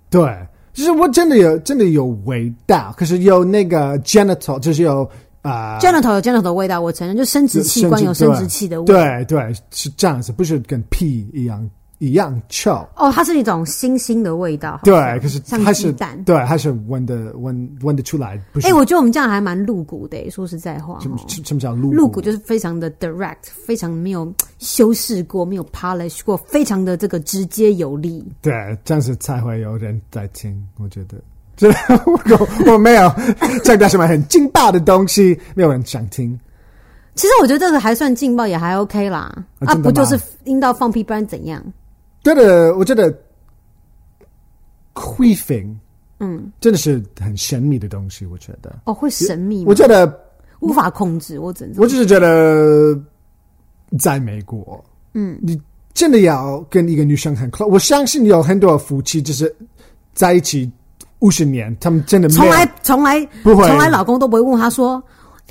S2: 对，就是我真的有真的有味道，可是有那个 genital，就是有啊。呃
S3: genital 有 genital 的味道，我承认，就生殖器官有生殖器的味道。
S2: 对对是这样子，不是跟屁一样一样臭，
S3: 哦，它是一种腥腥的味道。好像
S2: 对，可是
S3: 像
S2: 还
S3: 鸡
S2: 是
S3: 蛋。
S2: 对，还是闻得闻闻得出来，不是？
S3: 哎、我觉得我们这样还蛮露骨的、说实在话、
S2: 什么
S3: 哦
S2: 什么叫露
S3: 露骨就是非常的 direct，非常没有修饰过，没有 polish 过，非常的这个直接有力。
S2: 对，这样子才会有人在听，我觉得。 这我我没有讲到什么很劲爆的东西，没有人想听。
S3: 其实我觉得这个还算劲爆，也还 OK 啦。啊，
S2: 啊真
S3: 不
S2: 的吗
S3: 就是阴道放屁，不然怎样？
S2: 对的，我觉得 queefing，嗯，真的是很神秘的东西。我觉得，
S3: 哦，会神秘吗
S2: 我？觉得，
S3: 无法控制，我只能这么
S2: 我只是觉得，在美国，嗯，你真的要跟一个女生很 close。我相信有很多夫妻就是在一起五十年，他们真的没有
S3: 从来从来
S2: 不会
S3: 从来老公都不会问他说，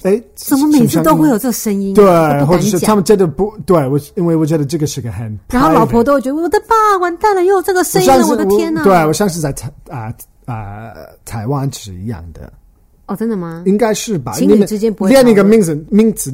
S2: 哎，
S3: 怎么每次
S2: 像
S3: 都会有这个声音啊、
S2: 对，
S3: 都不
S2: 或
S3: 敢
S2: 者是他
S3: 讲。
S2: 们真的不对我，因为我觉得这个是个很 private，
S3: 然后老婆都会觉得我的爸完蛋了，又有这个声音
S2: 像
S3: 了，
S2: 是
S3: 我的天呐、
S2: 对我像是在台啊啊、台湾是一样的，
S3: 哦，真的吗？
S2: 应该是吧？
S3: 情侣之间不会
S2: 连一个
S3: 讨论
S2: 名字名字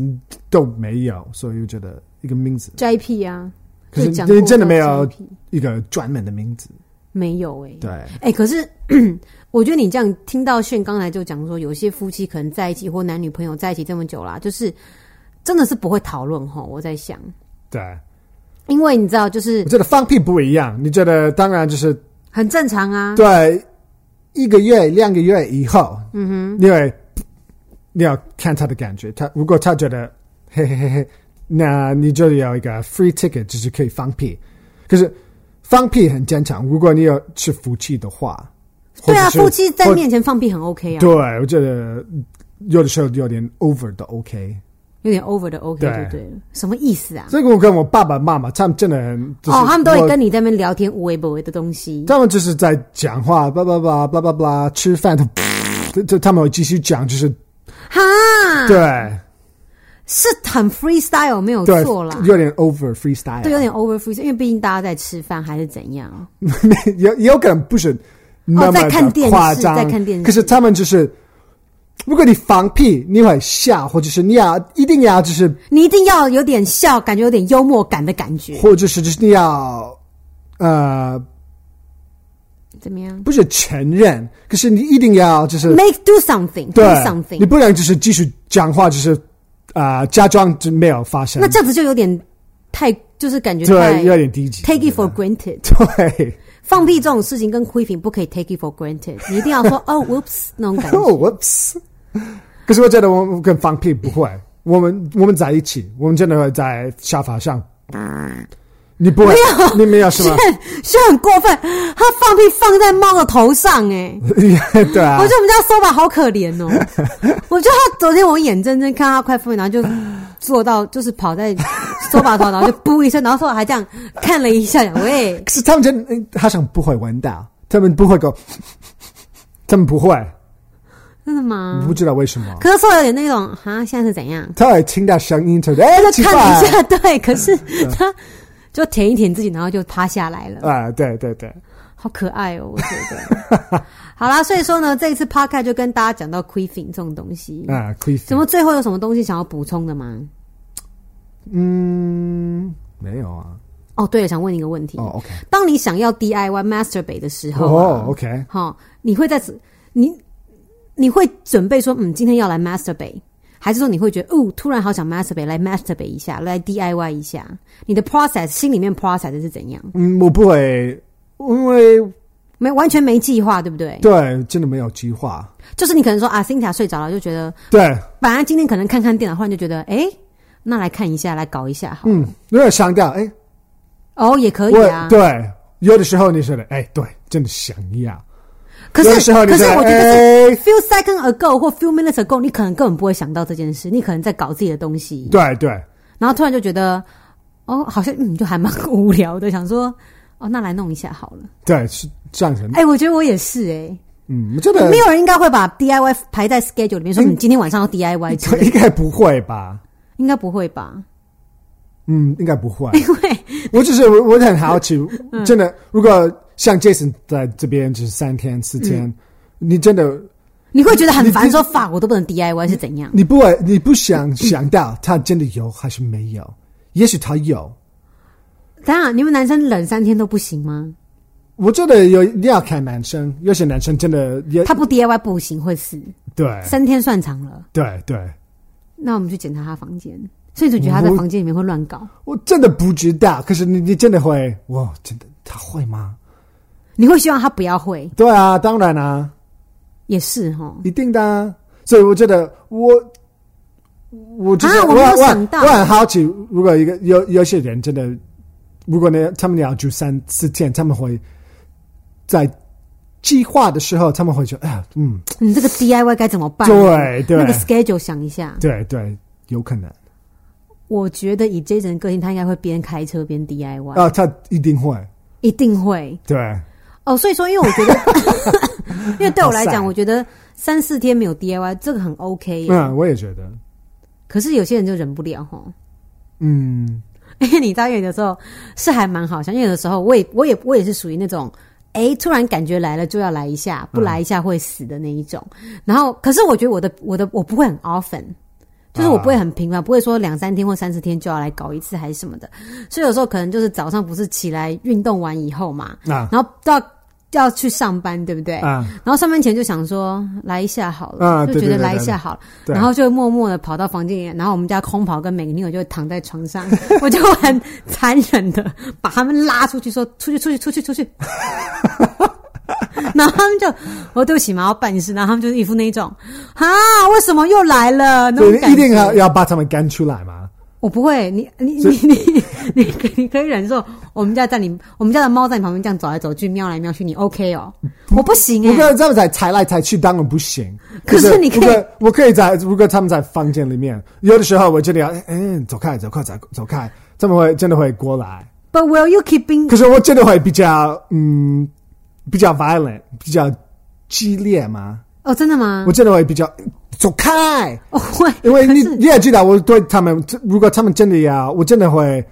S2: 都没有，所以我觉得一个名字
S3: 摘屁啊，
S2: 可是
S3: 就讲过
S2: 你真的没
S3: 要
S2: 有
S3: 摘屁
S2: 一个专门的名字，
S3: 没有哎、
S2: 对，
S3: 哎、可是 我觉得你这样听到炫刚才就讲说，有些夫妻可能在一起或男女朋友在一起这么久啦，就是真的是不会讨论哈。我在想，
S2: 对，
S3: 因为你知道，就是
S2: 我觉得放屁不一样，你觉得当然就是
S3: 很正常啊。
S2: 对，一个月、两个月以后，嗯哼，因为你要看他的感觉，他如果他觉得嘿嘿嘿嘿，那你就有一个 free ticket，就是可以放屁。可是放屁很正常，如果你有是夫妻的话，
S3: 对啊，
S2: 或者是
S3: 夫妻在
S2: 或
S3: 面前放屁很 OK 啊
S2: 对，，我觉得有的时候有点 over 的 OK。
S3: 有点 over 的 OK
S2: 对
S3: 就对了。什么意思啊？
S2: 所以我跟我爸爸妈妈他们真的很、就是、
S3: 哦，他们都
S2: 我
S3: 会跟你在那边聊天无微不微的东西。
S2: 他们就是在讲话，叭叭叭叭叭叭，吃饭的，他他他们会继续讲，就是
S3: 哈，啊
S2: 对。
S3: 是很 freestyle 没有
S2: 对，
S3: 错啦，
S2: 有点 over freestyle，
S3: 对，有点 over freestyle，因为毕竟大家在吃饭还是怎样。
S2: 有也有可能不是那么
S3: 哦在看
S2: 的
S3: 电视
S2: 夸张，
S3: 在看电视
S2: 可是他们就是，如果你放屁，你会笑，或者是你要一定要就是，
S3: 你一定要有点笑，感觉有点幽默感的感觉，
S2: 或者是就是你要呃，
S3: 怎么样
S2: 不是承认，可是你一定要就是
S3: ？Make do something, do
S2: 对
S3: something
S2: 你。不能就是继续讲话，就是啊、呃假装就没有发生
S3: 那，这样子就有点太，就是感觉太
S2: 对，有点低级
S3: take it for granted。
S2: 对，
S3: 放屁这种事情跟 queefing 不可以 take it for granted，你一定要 说哦，whoops 那种感觉。
S2: 哦，whoops！可是我觉得我们跟放屁不会，我们我们在一起，我们真的会在沙发上。
S3: 啊
S2: 你不会，你没有 什么？
S3: 是很过分，他放屁放在猫的头上、 哎、
S2: 对啊
S3: 我觉，得我们家 Soba 好可怜哦。 我觉得他昨天我眼睁睁看他快疯，然后就坐到就是跑在 Soba 头，然后就 噗一声，然后 Soba 还这样看了一下，喂，
S2: 可是他们真的好像不会闻到，他们不会够， 他们不会，
S3: 真的吗？
S2: 不知道为什么。
S3: 可是 Soba 有点那种啊，现在是怎 样？
S2: 他会听到声音，他就哎，奇
S3: 看了一
S2: 怪
S3: 下，对，可是他就舔一舔自己，然后就趴下来了。
S2: 嗯啊！对对对，
S3: 好可爱哦，我觉得。 好啦，所以说呢，这一次 podcast 就跟大家讲到 queefing 这种东西。
S2: 啊，creepy。
S3: 怎么最后有什么东西想要补充的吗？
S2: 嗯，没有啊。
S3: 哦，对了，想问你一个问题：
S2: 哦，OK，
S3: 当你想要 DIY masturbate 的时候、啊，
S2: 哦，OK，
S3: 好、你会在此你你会准备说，嗯，今天要来 masturbate，还是说你会觉得，哦，突然好想 masturbate，来 masturbate 一下，来 DIY 一下？你的 process 心里面 process 是怎样？
S2: 嗯，我不会，因为
S3: 没完全没计划，对不对？
S2: 对，真的没有计划，
S3: 就是你可能说啊，Cynthia 睡着了，就觉得
S2: 对，
S3: 本来今天可能看看电脑，忽然就觉得，哎，那来看一下，来搞一下好了，
S2: 嗯，如果想到，哎、
S3: 哦，也可以啊
S2: 我。对，有的时候你说的，哎、对，真的想要，
S3: 可
S2: 有的
S3: 是
S2: 时候你
S3: 可是
S2: 说，
S3: 我觉得是
S2: 哎、
S3: few second ago 或 few minutes ago，你可能根本不会想到这件事，你可能在搞自己的东西，
S2: 对对，
S3: 然后突然就觉得，哦，好像嗯，就还蛮 无聊的，想说，哦，那来弄一下好了。
S2: 对，是这样子。
S3: 哎、我觉得我也是哎、
S2: 嗯，我觉得
S3: 没有人应该会把 DIY 排在 schedule 里面，说你今天晚上要 DIY，之类的
S2: 应该不会吧？
S3: 应该不会吧？
S2: 嗯，应该不 会。
S3: 因为
S2: 我只是我我很好奇，
S3: 嗯
S2: 真的，如果像 Jason 在这边就是三天四天，
S3: 嗯
S2: 你真的
S3: 你会觉得很烦，说法我都不能 DIY 是 怎样？
S2: 你不会你不
S3: 嗯
S2: 想想到他真的有还是没有？也许他有，
S3: 当然，你们男生冷三天都不行吗？
S2: 我觉得有要看男生，有些男生真的也
S3: 他不 DIY 不行，会死，
S2: 对
S3: 三天算长了。
S2: 对对，
S3: 那我们去检查他房间，所以你觉得他在
S2: 我
S3: 房间里面会乱搞？
S2: 我真的不知道。可是你你真的会哇？真的他会吗？
S3: 你会希望他不要会，
S2: 对啊，当然啊。
S3: 也是哈。
S2: 一定的、啊。所以我觉得我，我就是、
S3: 啊我
S2: 我
S3: 没有
S2: 我
S3: 想到
S2: 我很好奇，如果一个有有些人真的，如果呢他们要住三四天，他们会在计划的时候，他们会说，哎呀，嗯，
S3: 你这个 DIY 该怎么办？
S2: 对对
S3: 那个 schedule 想一下。
S2: 对对，有可能
S3: 我觉得以 Jason 的个性，他应该会边开车边 DIY，、
S2: 啊，他一定会，
S3: 一定会
S2: 对
S3: 哦。所以说，因为我觉 得，因为对我来
S2: 好
S3: 讲，
S2: 晒
S3: 我觉得三四天没有 DIY 这个很 OK 耶。
S2: 嗯，我也觉得，
S3: 可是有些人就忍不了哈。
S2: 嗯，
S3: 因为你知道，有的时候是还蛮好笑，因为有的时候我也我也我也是属于那种，哎，突然感觉来了就要来一下，不来一下会死的那一种。然后，可是我觉得我的我的我不会很 often，就是我不会很频繁，不会说两三天或三四天就要来搞一次还是什么的。所以有时候可能就是早上不是起来运动完以后嘛，
S2: 啊
S3: 然后到。要去上班，对不对？
S2: 啊
S3: 然后上班前就想说来一下好了，
S2: 啊
S3: 就
S2: 对
S3: 觉得
S2: 对对
S3: 来一
S2: 对
S3: 下好了，
S2: 对
S3: 然后就默默的跑到房间里，然后我们家空跑跟美女友就躺在床 上，我就很残忍的把他们拉出去说出去出去出去出 去，然后他们就我说对不起嘛，我办事，然后他们就是一副那一种啊为什么又来了哎那
S2: 所
S3: 种
S2: 以
S3: 感觉，
S2: 一定要要把他们赶出来嘛，
S3: 我不会，你你你你你可你可以忍受我们家在你我们家的猫在你旁边这样走来走去瞄来瞄去，你 OK 哦？我不行哎、
S2: 如果他们在踩来踩去，当然不行。
S3: 可是你可以
S2: 如果我可以在，如果他们在房间里面，有的时候我真的要，嗯，走开，走开，走走开，他们会真的会过来。
S3: But will you keep being
S2: 可是我真的会比较，嗯，比较 violent，比较激烈嘛。
S3: 哦，真的吗
S2: 我？真的会比较嗯走开，
S3: 我会，
S2: 因为
S3: 可
S2: 你
S3: 是
S2: 你也知道，我对他们，如果他们真的要，我真的会。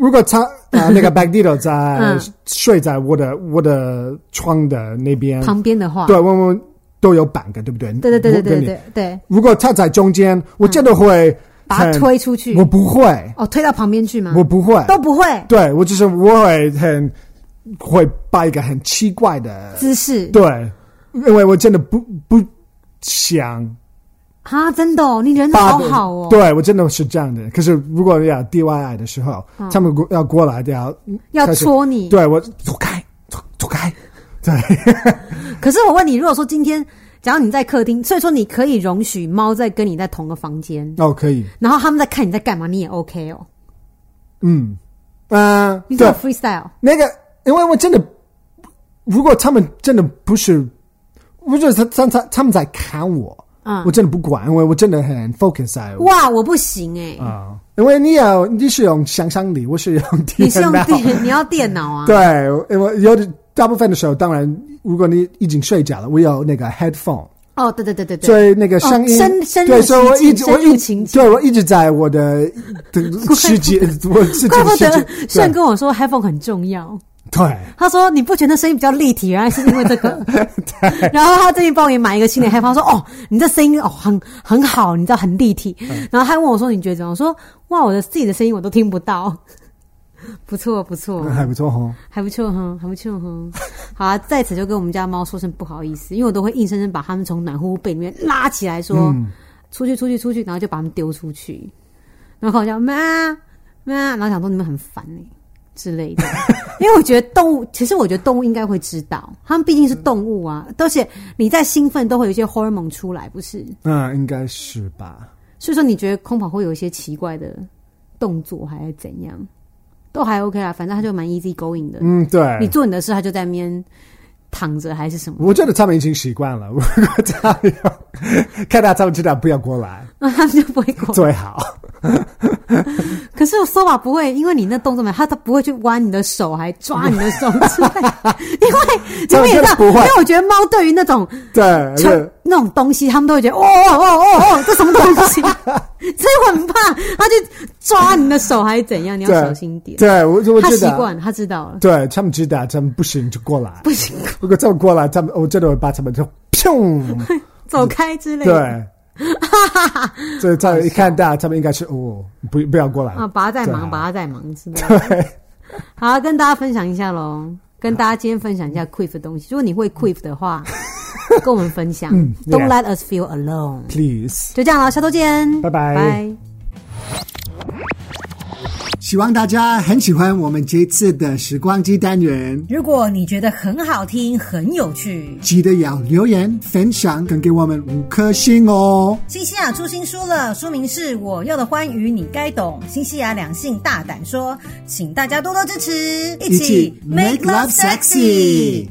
S2: 如 果他呃那个 b a g d i d o 在
S3: 嗯
S2: 睡在我的我的床的那边，
S3: 旁边的话，
S2: 嗯对，我们都有板的，对不对？
S3: 对对对对
S2: 我跟
S3: 对
S2: 你
S3: 对对，
S2: 如果他在中间，我真的会
S3: 把它
S2: 很，
S3: 推出去
S2: 我，不会，
S3: 哦，推到旁边去吗？
S2: 我不会，
S3: 都不会
S2: 对我就是我会很会摆一个很奇怪的，
S3: 姿势
S2: 对，因为我真的不不想
S3: 啊，真的哦，你人
S2: 把
S3: 好好哦，
S2: 对我真的是这样的。可是如果要 DIY 的时候，他们过要过来的要
S3: 要
S2: 开始
S3: 戳嗯你。
S2: 对我走开，走走开，对，
S3: 可是我问你，如果说今天，假如你在客厅，所以说你可以容许猫在跟你在同个房间，
S2: 哦，可以，
S3: 然后他们在看你在干嘛，你也 OK 哦，
S2: 嗯，嗯、
S3: 你怎
S2: 对
S3: 么，freestyle？
S2: 那个，因为我真的，如果他们真的不是，不是他他他他们在砍我，
S3: 嗯
S2: 我真的不管，因为我真的很 focus 在我
S3: 哇，我不行哎、
S2: 啊、因为你有你是用想象力，我是用
S3: 你
S2: 电
S3: 是 用
S2: 脑，
S3: 电，你要电脑啊？
S2: 对，因为有的大部分的时候，当然如果你已经睡觉了，我有那个 headphone。
S3: 哦，对对对对对，
S2: 所以那个声音，
S3: 哦深深入
S2: 对，所以我
S3: 情
S2: 一
S3: 境
S2: 直我
S3: 深入
S2: 一
S3: 情
S2: 直
S3: 境
S2: 对我一直在我的 的世界，我自己
S3: 怪不
S2: 的世
S3: 得
S2: 界，
S3: 炫
S2: 对
S3: 跟我说 headphone 很重要。
S2: 对，
S3: 他说：“你不觉得声音比较立体，原来是因为这个。”然后他最近帮我也买一个新的 h e a d p 说：“哦，你这声音哦很很好，你知道很立体。然后他还问我说：“你觉得怎么样？”我说：“哇，我的自己的声音我都听不到。” 不错不错
S2: 那，还不错哦哈。
S3: 还不错哈，还不错哈。好啊，在此就跟我们家猫说声不好意思，因为我都会硬生生把它们从暖乎乎被里面拉起来说，出去出去出去，然后就把它们丢出去，然后我叫妈妈，然后想说你们很烦呢、之类的， 因为我觉得动物，其实我觉得动物应该会知道，它们毕竟是动物啊，而且你在兴奋都会有一些荷尔蒙出来，不是？
S2: 那应该是吧？
S3: 所以说，你觉得空跑会有一些奇怪的动作，还是怎样？都还 OK 啊啦，反正它就蛮 easy going 的。
S2: 嗯，
S3: 你
S2: 对。
S3: 做你的事，它就在那边躺着还是什么？
S2: 我觉得他们已经习惯了。如 果他们有看到他们知道不要过来
S3: 那它就不会 过。
S2: 最好。
S3: 可是我手法不会，因为你那动作没有，它它不会去弯你的手，还抓你的手之类的。 因为
S2: 这
S3: 因为
S2: 样
S3: 你知道，
S2: 真的不
S3: 因
S2: 会
S3: 为我觉得猫对于那种
S2: 对，
S3: 成
S2: 对
S3: 那种东西，他们都会觉得哦哦哦哦哦，这什么东 西？所以我很怕，它就抓你的手还是怎样？你要
S2: 对
S3: 小心点。
S2: 对，我我
S3: 它
S2: 觉
S3: 习
S2: 得，
S3: 惯，它知道了，
S2: 对他们知道他们不行就过来。
S3: 不行，
S2: 如果他们过来，他们我真的会把 他们就砰。
S3: 走开之类的。
S2: 对，所以他们一看到，他们应该是哦，不不要过来
S3: 啊，拔在
S2: 对啊
S3: 忙，拔在忙之类的。好，跟大家分享一下喽，跟大家今天分享一下 quiff 的东西。如果你会 quiff 的话，跟我们分享。Don't let us feel alone。
S2: ，please。
S3: 就这样了，下周见，
S2: 拜拜
S3: 拜。
S4: 希望大家很喜欢我们这次的时光机单元，
S1: 如果你觉得很好听、很有趣，
S4: 记得要留言、分享，跟给我们五颗星哦。
S1: 啊新西亚初心说了，说明是我要的欢愉你该懂。新西亚两性大胆说，请大家多多支持，一
S4: 一起 make love sexy。